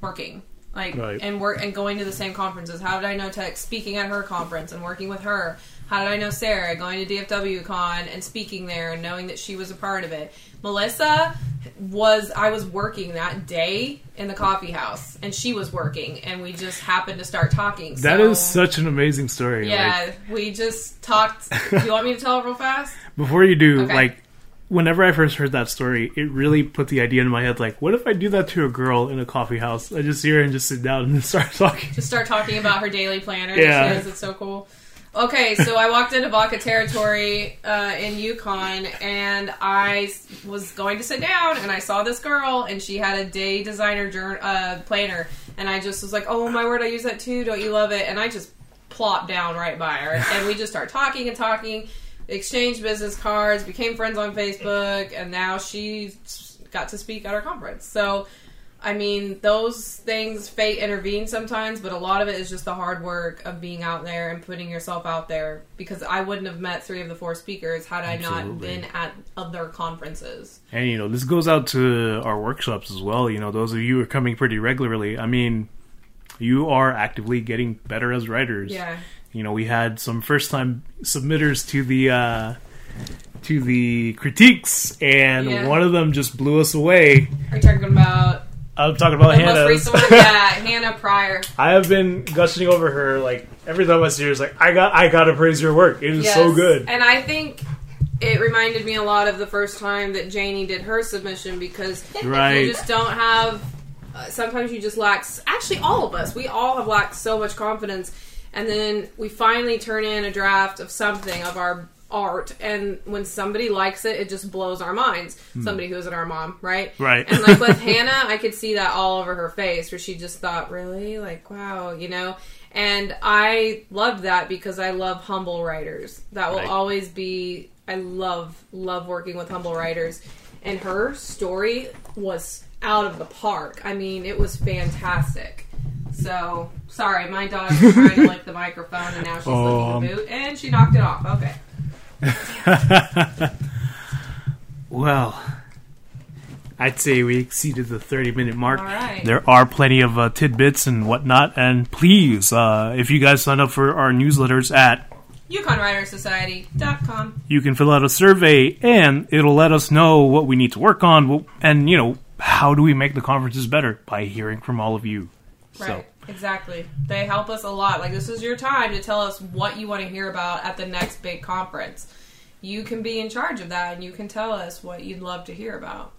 [SPEAKER 3] Working. like
[SPEAKER 2] Right.
[SPEAKER 3] and work and going to the same conferences. How did I know Tech speaking at her conference and working with her? How did I know Sarah going to DFW Con and speaking there and knowing that she was a part of it? Melissa was I was working that day in the coffee house and she was working and we just happened to start talking.
[SPEAKER 2] That
[SPEAKER 3] so-
[SPEAKER 2] is such an amazing story.
[SPEAKER 3] yeah,
[SPEAKER 2] Like,
[SPEAKER 3] we just talked. Do you want me to tell it real fast?
[SPEAKER 2] before you do,
[SPEAKER 3] Okay.
[SPEAKER 2] like, whenever I first heard that story, it really put the idea in my head. Like, what if I do that to a girl in a coffee house? I just see her and just sit down and start talking.
[SPEAKER 3] to start talking about her daily planner.
[SPEAKER 2] Yeah.
[SPEAKER 3] She has, it's so cool. Okay, so I walked into Vaca territory uh, in Yukon, and I s- was going to sit down, and I saw this girl, and she had a day designer jour- uh, planner, and I just was like, "Oh my word, I use that too! Don't you love it?" And I just plopped down right by her, and we just start talking and talking, exchanged business cards, became friends on Facebook, and now she s- got to speak at our conference. So I mean, those things fate intervenes sometimes, but a lot of it is just the hard work of being out there and putting yourself out there. Because I wouldn't have met three of the four speakers had I not
[SPEAKER 2] Absolutely.
[SPEAKER 3] been at other conferences.
[SPEAKER 2] And you know, this goes out to our workshops as well. You know, those of you who are coming pretty regularly. I mean, you are actively getting better as writers.
[SPEAKER 3] Yeah,
[SPEAKER 2] You know, we had some first time submitters to the uh to the critiques and
[SPEAKER 3] Yeah.
[SPEAKER 2] one of them just blew us away.
[SPEAKER 3] are you talking about
[SPEAKER 2] I'm talking about
[SPEAKER 3] the most
[SPEAKER 2] Hannah.
[SPEAKER 3] recent one? Yeah, Hannah Pryor.
[SPEAKER 2] I have been gushing over her like every time I see her. It's like I got I gotta praise your work. It is
[SPEAKER 3] Yes.
[SPEAKER 2] so good.
[SPEAKER 3] And I think it reminded me a lot of the first time that Janie did her submission because
[SPEAKER 2] Right.
[SPEAKER 3] you just don't have. Uh, sometimes you just lack. s- Actually, all of us, we all have lacked so much confidence, and then we finally turn in a draft of something of our art, and when somebody likes it, it just blows our minds. Somebody who isn't our mom, right?
[SPEAKER 2] Hmm. Right.
[SPEAKER 3] And like with Hannah, I could see that all over her face where she just thought, really? Like, wow, you know? And I love that because I love humble writers. That will
[SPEAKER 2] Right.
[SPEAKER 3] always be, I love, love working with humble writers. And her story was out of the park. I mean, it was fantastic. So, sorry, my dog was trying to lick the microphone and now she's
[SPEAKER 2] Um.
[SPEAKER 3] licking the boot and she knocked it off. Okay.
[SPEAKER 2] well, I'd say we exceeded the 30 minute mark.
[SPEAKER 3] All right.
[SPEAKER 2] There are plenty of uh, tidbits and whatnot. And please, uh, if you guys sign up for our newsletters at,
[SPEAKER 3] YukonWriterSociety.com.
[SPEAKER 2] you can fill out a survey and it'll let us know what we need to work on. wh- And, you know, how do we make the conferences better? By hearing from all of you.
[SPEAKER 3] Right. Exactly. They help us a lot. Like this is your time to tell us what you want to hear about at the next big conference. You can be in charge of that and you can tell us what you'd love to hear about.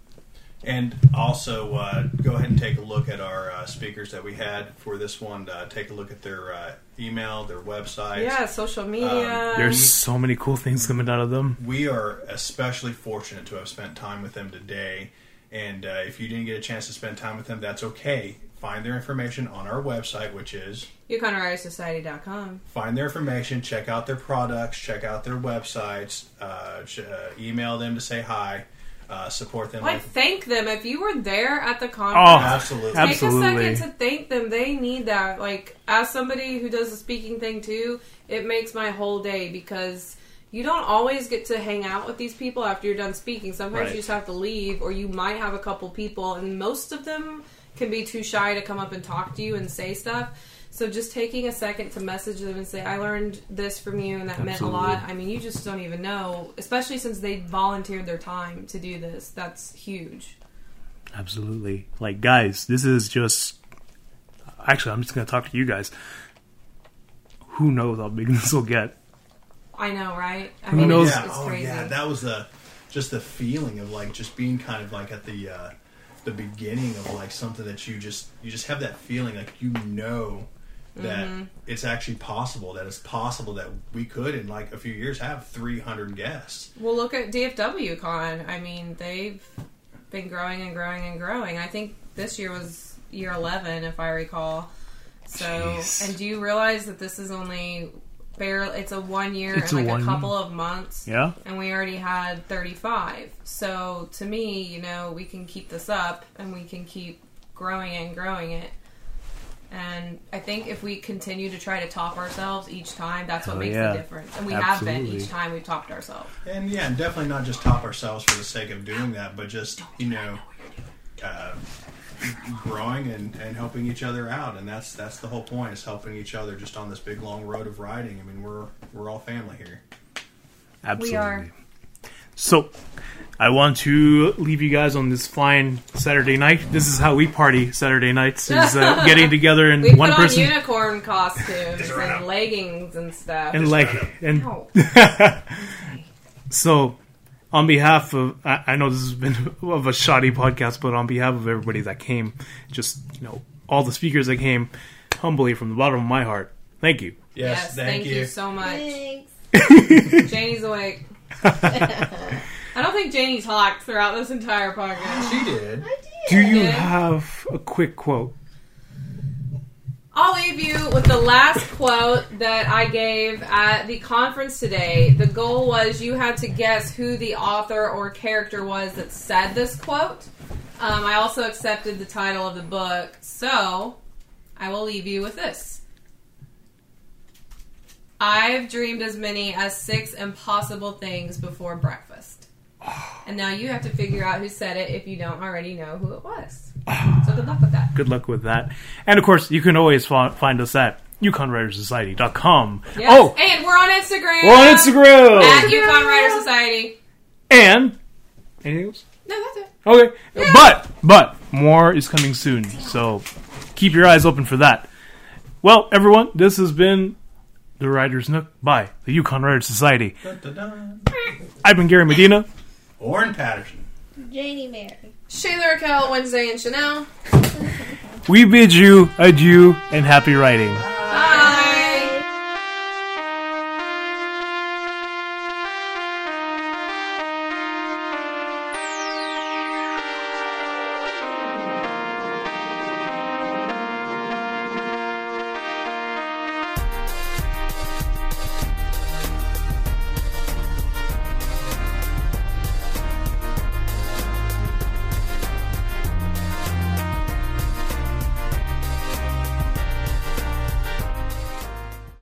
[SPEAKER 4] And also, uh, go ahead and take a look at our uh, speakers that we had for this one. Uh, take a look at their uh, email, their websites.
[SPEAKER 3] Yeah, social media.
[SPEAKER 2] There's so many cool things coming out of them.
[SPEAKER 4] We are especially fortunate to have spent time with them today. And uh, if you didn't get a chance to spend time with them, that's okay. Find their information on our website, which is
[SPEAKER 3] YukonWriterSociety.com.
[SPEAKER 4] find their information, check out their products, check out their websites, uh, sh- uh, email them to say hi, uh, support them.
[SPEAKER 3] Like
[SPEAKER 4] with-
[SPEAKER 3] thank them if you were there at the conference.
[SPEAKER 4] absolutely.
[SPEAKER 2] Oh, absolutely.
[SPEAKER 3] Take a second to thank them. They need that. Like, as somebody who does the speaking thing too, it makes my whole day because you don't always get to hang out with these people after you're done speaking. Sometimes
[SPEAKER 2] Right.
[SPEAKER 3] you just have to leave, or you might have a couple people, and most of them can be too shy to come up and talk to you and say stuff. So just taking a second to message them and say, "I learned this from you, and that meant a lot." I mean, you just don't even know, especially since they volunteered their time to do this. That's huge.
[SPEAKER 2] Absolutely. Like, guys, this is just. Actually, I'm just going to talk to you guys. Who knows how big this will get?
[SPEAKER 3] I know, right? I
[SPEAKER 2] Who knows?
[SPEAKER 3] It's,
[SPEAKER 4] yeah,
[SPEAKER 3] it's
[SPEAKER 4] oh
[SPEAKER 3] crazy.
[SPEAKER 4] yeah, that was the just the feeling of like just being kind of like at the uh, the beginning of like something that you just you just have that feeling like you know that
[SPEAKER 3] Mm-hmm.
[SPEAKER 4] it's actually possible that it's possible that we could in like a few years have 300 guests.
[SPEAKER 3] Well, look at DFW Con. I mean, they've been growing and growing and growing. I think this year was year 11, if I recall. So,
[SPEAKER 2] Jeez.
[SPEAKER 3] and do you realize that this is only barely, it's a one year
[SPEAKER 2] It's a
[SPEAKER 3] and like
[SPEAKER 2] one-
[SPEAKER 3] a couple of months?
[SPEAKER 2] Yeah?
[SPEAKER 3] And we already had 35. So, to me, you know, we can keep this up and we can keep growing and growing it. And I think if we continue to try to top ourselves each time, that's what
[SPEAKER 2] Oh,
[SPEAKER 3] makes
[SPEAKER 2] yeah.
[SPEAKER 3] the difference. And we have been
[SPEAKER 2] Absolutely.
[SPEAKER 3] each time we've topped ourselves.
[SPEAKER 4] And yeah, and definitely not just top ourselves for the sake of doing that, but just you know, uh, growing and, and helping each other out, and that's that's the whole point is helping each other just on this big long road of riding. I mean, we're we're all family here.
[SPEAKER 2] Absolutely.
[SPEAKER 7] are.
[SPEAKER 2] So, I want to leave you guys on this fine Saturday night. This is how we party Saturday nights: is uh, getting together and
[SPEAKER 3] We
[SPEAKER 2] one
[SPEAKER 3] put
[SPEAKER 2] person
[SPEAKER 3] on unicorn costumes and leggings and stuff. Oh,
[SPEAKER 2] and like and
[SPEAKER 3] Ow.
[SPEAKER 2] so. On behalf of, I, I know this has been of a shoddy podcast, but on behalf of everybody that came, just you know, all the speakers that came, humbly from the bottom of my heart, thank you.
[SPEAKER 3] yes, thank, you. so much.
[SPEAKER 5] Thanks.
[SPEAKER 3] Janie's awake. I don't think Janie's hawked throughout this entire podcast.
[SPEAKER 10] She did.
[SPEAKER 2] Do you
[SPEAKER 3] Yeah.
[SPEAKER 2] have a quick quote?
[SPEAKER 3] I'll leave you with the last quote that I gave at the conference today. The goal was you had to guess who the author or character was that said this quote. Um, I also accepted the title of the book, so I will leave you with this. I've dreamed as many as six impossible things before breakfast. And now you have to figure out who said it if you don't already know who it was. So good luck with that.
[SPEAKER 2] good luck with that. And of course, you can always fo- find us at UconWritersSociety.com.
[SPEAKER 3] Yes.
[SPEAKER 2] Oh,
[SPEAKER 3] and we're on Instagram.
[SPEAKER 2] we're on Instagram.
[SPEAKER 3] at Yukon Rider Society.
[SPEAKER 2] and anything else?
[SPEAKER 3] No, that's it.
[SPEAKER 2] Okay, but but more is coming soon, so keep your eyes open for that. Well, everyone, this has been the Writers Nook by the Yukon Writers Society.
[SPEAKER 4] Dun-dun-dun.
[SPEAKER 2] I've been Gary Medina.
[SPEAKER 4] Orrin Patterson.
[SPEAKER 5] Janie Mary.
[SPEAKER 3] Shayla Raquel, Wednesday, and Chanel.
[SPEAKER 2] We bid you adieu and happy writing.